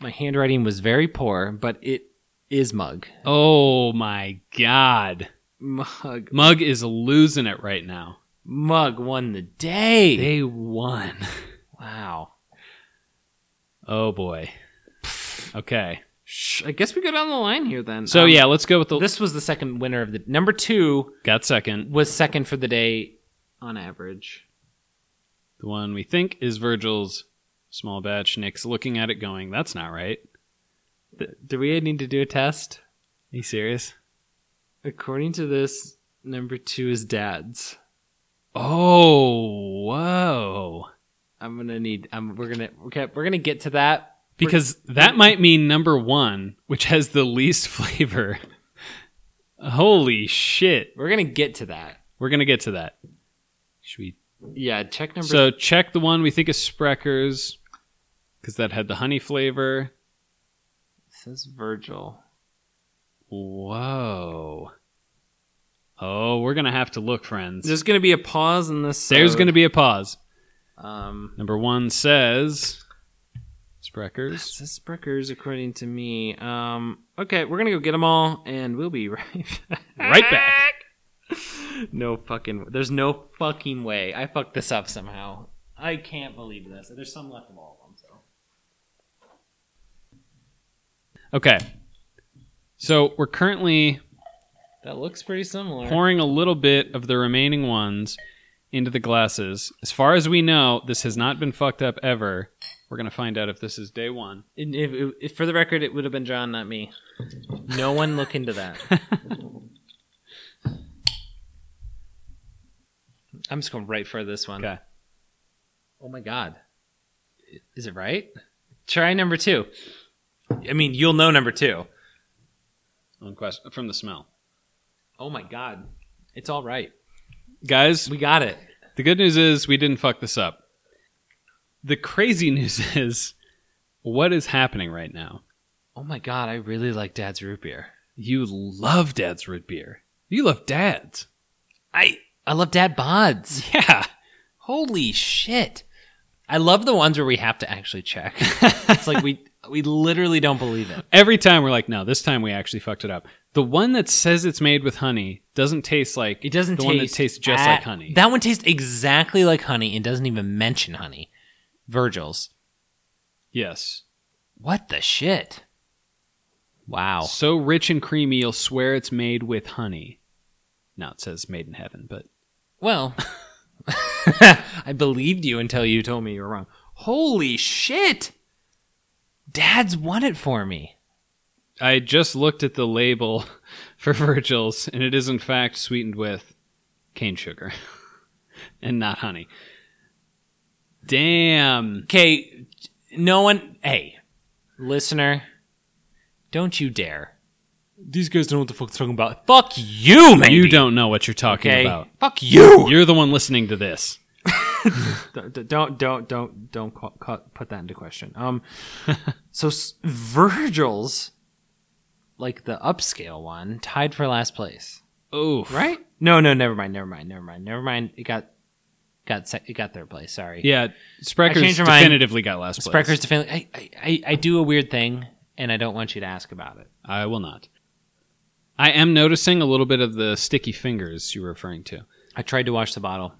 Speaker 1: My handwriting was very poor, but it is Mug.
Speaker 2: Oh my god.
Speaker 1: Mug.
Speaker 2: Mug is losing it right now.
Speaker 1: Mug won the day.
Speaker 2: They won.
Speaker 1: Wow.
Speaker 2: Oh boy. Okay.
Speaker 1: Sh- I guess we go down the line here then.
Speaker 2: So
Speaker 1: Um,
Speaker 2: yeah, let's go with the
Speaker 1: this was the second winner of the number two
Speaker 2: got second.
Speaker 1: was second for the day on average.
Speaker 2: The one we think is Virgil's small batch. Nick's looking at it going, that's not right.
Speaker 1: do we need to do a test?
Speaker 2: Are you serious?
Speaker 1: According to this, number two is dad's.
Speaker 2: Oh whoa.
Speaker 1: I'm gonna need. Um, we're gonna. Okay, we're gonna get to that.
Speaker 2: Because that might mean number one, which has the least *laughs* flavor. Holy shit.
Speaker 1: We're gonna get to that.
Speaker 2: We're gonna get to that. Should we
Speaker 1: Yeah, check number.
Speaker 2: So check the one we think is Spreckers, because that had the honey flavor.
Speaker 1: says Virgil.
Speaker 2: Whoa. Oh, we're gonna have to look, friends.
Speaker 1: There's gonna be a pause in this.
Speaker 2: There's gonna be a pause.
Speaker 1: Um,
Speaker 2: Number one says
Speaker 1: it
Speaker 2: Spreckers.
Speaker 1: says Spreckers according to me. Um, okay, we're gonna go get them all, and we'll be *laughs* right back.
Speaker 2: Right back.
Speaker 1: *laughs* no fucking. There's no fucking way. I fucked this up somehow. I can't believe this. There's some left of all of them. So.
Speaker 2: Okay. So we're currently
Speaker 1: That looks pretty *laughs* similar.
Speaker 2: pouring a little bit of the remaining ones into the glasses. As far as we know, this has not been fucked up ever. We're gonna find out if this is day one.
Speaker 1: And if- if- if- for the record, it would have been John, not me. No one look into that. *laughs* I'm just going right for this one.
Speaker 2: Okay.
Speaker 1: Oh my god, is it right? Try number two. I mean, you'll know number two.
Speaker 2: One question from the smell.
Speaker 1: Oh my god, it's all right.
Speaker 2: Guys,
Speaker 1: We got it.
Speaker 2: The good news is we didn't fuck this up. The crazy *laughs* news is what is happening right now?
Speaker 1: Oh my god, I really like Dad's root beer.
Speaker 2: You love dad's root beer. You love dad's. *laughs*
Speaker 1: I I love Dad bods.
Speaker 2: Yeah.
Speaker 1: Holy shit. I love the ones where we have to actually check. it's like we we literally don't believe it.
Speaker 2: *laughs* Every time we're like, no, this time we actually fucked it up. The one that says it's made with honey doesn't taste like
Speaker 1: It doesn't
Speaker 2: the
Speaker 1: taste
Speaker 2: one that tastes just
Speaker 1: at-
Speaker 2: like honey.
Speaker 1: That one tastes exactly like honey and doesn't even mention honey. Virgil's.
Speaker 2: yes.
Speaker 1: What the shit? Wow.
Speaker 2: So rich and creamy, you'll swear it's made with honey. No, it says made in heaven, but
Speaker 1: Well, *laughs* I believed you until you told me you were wrong. Holy shit. Dad's won it for me.
Speaker 2: I just looked at the label *laughs* for Virgil's, and it is in fact sweetened with cane sugar *laughs* and not honey. Damn.
Speaker 1: Okay, no one. Hey, listener, don't you dare. These guys don't know what the fuck they're talking about. Fuck you, man.
Speaker 2: You don't know what you're talking
Speaker 1: Okay.
Speaker 2: about.
Speaker 1: Fuck you.
Speaker 2: You're the one listening to this.
Speaker 1: don't don't don't don't, don't cu- cu- put that into question. Um, *laughs* so S- Virgil's, like the upscale one, tied for last place,
Speaker 2: Oh,
Speaker 1: right? No, no, never mind, never mind, never mind, never mind. It got got sec- it got third place. Sorry.
Speaker 2: Yeah,
Speaker 1: I
Speaker 2: Sprecher's
Speaker 1: changed my mind.
Speaker 2: definitively got last place.
Speaker 1: Sprecher's defending. I, I I I do a weird thing, and I don't want you to ask about it.
Speaker 2: I will not. I am noticing a little bit of the sticky fingers you're referring to.
Speaker 1: I tried to wash the bottle.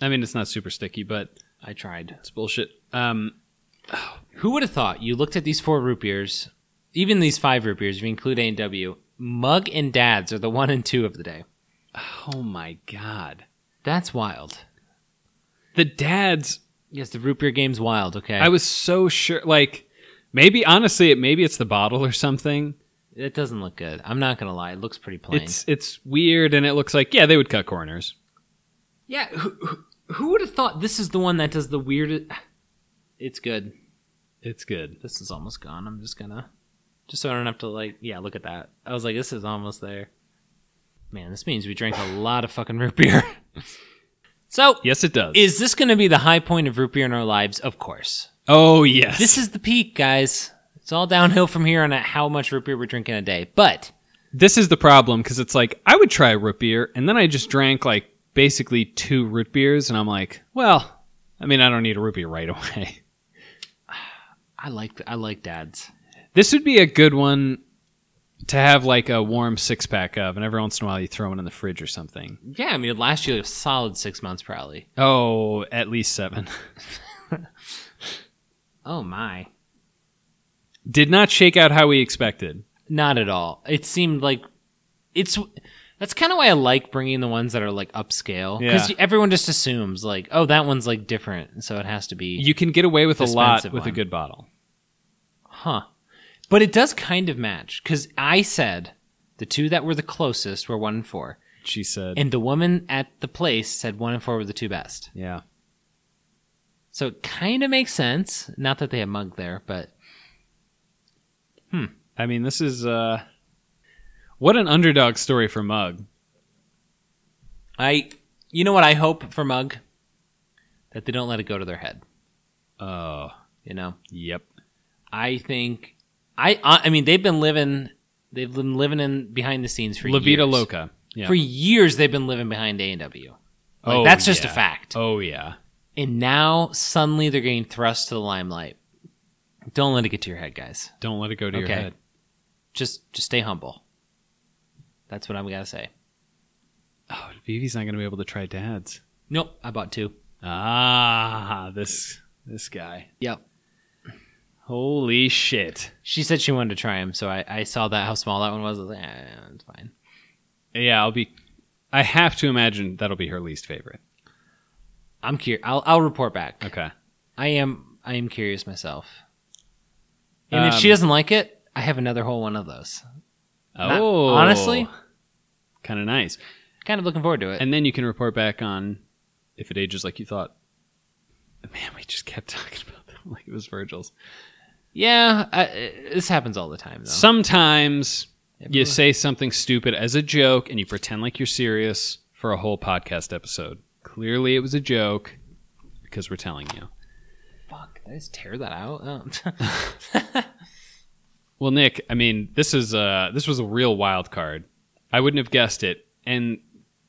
Speaker 2: I mean, it's not super sticky, but
Speaker 1: I tried.
Speaker 2: it's bullshit. Um,
Speaker 1: Who would have thought you looked at these four root beers, even these five root beers, if you include A and W, Mug and Dad's are the one and two of the day.
Speaker 2: oh my god,
Speaker 1: That's wild.
Speaker 2: the dads!
Speaker 1: Yes, the root beer game's wild. Okay,
Speaker 2: I was so sure. Like, maybe honestly, it maybe it's the bottle or something.
Speaker 1: it doesn't look good. I'm not gonna lie; it looks pretty plain.
Speaker 2: It's it's weird, and it looks like yeah, they would cut corners.
Speaker 1: yeah, who, who- who would have thought this is the one that does the weirdest? It's good.
Speaker 2: It's good.
Speaker 1: This is almost gone. I'm just gonna, just so I don't have to like, yeah, look at that. I was like, this is almost there. Man, this means we drank a lot of fucking root beer. *laughs* so,
Speaker 2: Yes, it does.
Speaker 1: is this gonna be the high point of root beer in our lives? Of course.
Speaker 2: oh yes.
Speaker 1: This is the peak, guys. It's all downhill from here on at how much root beer we're drinking a day. But
Speaker 2: this is the problem because it's like I would try a root beer and then I just drank like basically two root beers and I'm like, well, I mean, I don't need a root beer right *laughs* away.
Speaker 1: I like I like dads.
Speaker 2: This would be a good one to have like a warm six pack of, and every once in a while you throw one in the fridge or something.
Speaker 1: Yeah, I mean, it'd last you a solid six months probably.
Speaker 2: Oh, at least seven. *laughs*
Speaker 1: Oh my.
Speaker 2: Did not shake out how we expected.
Speaker 1: Not at all. It seemed like it's. That's kind of why I like bringing the ones that are like upscale because
Speaker 2: Yeah.
Speaker 1: everyone just assumes like, oh, that one's like different, so it has to be,
Speaker 2: You can get away with a lot
Speaker 1: Expensive
Speaker 2: with a
Speaker 1: one.
Speaker 2: good bottle.
Speaker 1: huh? But it does kind of match because I said the two that were the closest were one and four,
Speaker 2: She said,
Speaker 1: and the woman at the place said one and four were the two best.
Speaker 2: yeah.
Speaker 1: So it kind of makes sense. Not that they have mug there, but
Speaker 2: I mean, this is uh, what an underdog story for Mug.
Speaker 1: I, you know what I hope for Mug? That they don't let it go to their head.
Speaker 2: Oh,
Speaker 1: You know,
Speaker 2: yep.
Speaker 1: I think I, I, I mean, they've been living, they've been living in behind the scenes for
Speaker 2: La Vida
Speaker 1: years.
Speaker 2: Loca. Yeah.
Speaker 1: For years, they've been living behind A and W. Like
Speaker 2: Oh,
Speaker 1: that's just
Speaker 2: yeah.
Speaker 1: a fact.
Speaker 2: Oh yeah.
Speaker 1: And now suddenly they're getting thrust to the limelight. Don't let it get to your head, guys.
Speaker 2: Don't let it go to your
Speaker 1: Okay.
Speaker 2: head.
Speaker 1: Just, just stay humble. That's what I'm gotta say.
Speaker 2: Oh, Vivi's not gonna be able to try dads.
Speaker 1: Nope, I bought two.
Speaker 2: Ah, this this guy.
Speaker 1: Yep.
Speaker 2: Holy shit.
Speaker 1: She said she wanted to try them, so I, I saw that how small that one was. I was like, eh, it's fine.
Speaker 2: Yeah, I'll be. I have to imagine that'll be her least favorite.
Speaker 1: I'm curious. I'll, I'll report back.
Speaker 2: Okay.
Speaker 1: I am I am curious myself. And if
Speaker 2: Um,
Speaker 1: she doesn't like it, I have another whole one of those. Not-
Speaker 2: Oh,
Speaker 1: honestly?
Speaker 2: kind of nice.
Speaker 1: Kind of looking forward to it.
Speaker 2: And then you can report back on if it ages like you thought. Man, we just kept *laughs* talking about that like it was Virgil's.
Speaker 1: yeah, I, I- this happens all the time though.
Speaker 2: Sometimes you
Speaker 1: Everyone-
Speaker 2: say something stupid as a joke and you pretend like you're serious for a whole podcast episode. Clearly, it was a joke because we're telling you.
Speaker 1: Fuck, did I just tear that out? Oh.
Speaker 2: *laughs* Well, Nick, I mean, this is uh this was a real wild card. I wouldn't have guessed it, and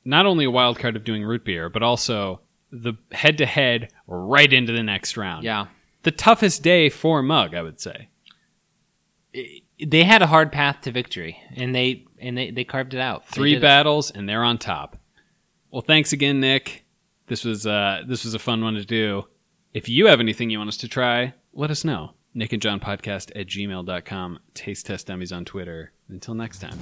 Speaker 2: not only a wild card of doing root beer, but also the head to head right into the next round.
Speaker 1: yeah.
Speaker 2: the toughest day for Mug, I would say.
Speaker 1: I- They had a hard path to victory and they and they, they carved it out. They
Speaker 2: Three
Speaker 1: did it.
Speaker 2: battles, and they're on top. Well, thanks again, Nick. This was uh this was a fun one to do. If you have anything you want us to try, let us know. Nick and John podcast at gmail.com, taste test dummies on Twitter. Until next time.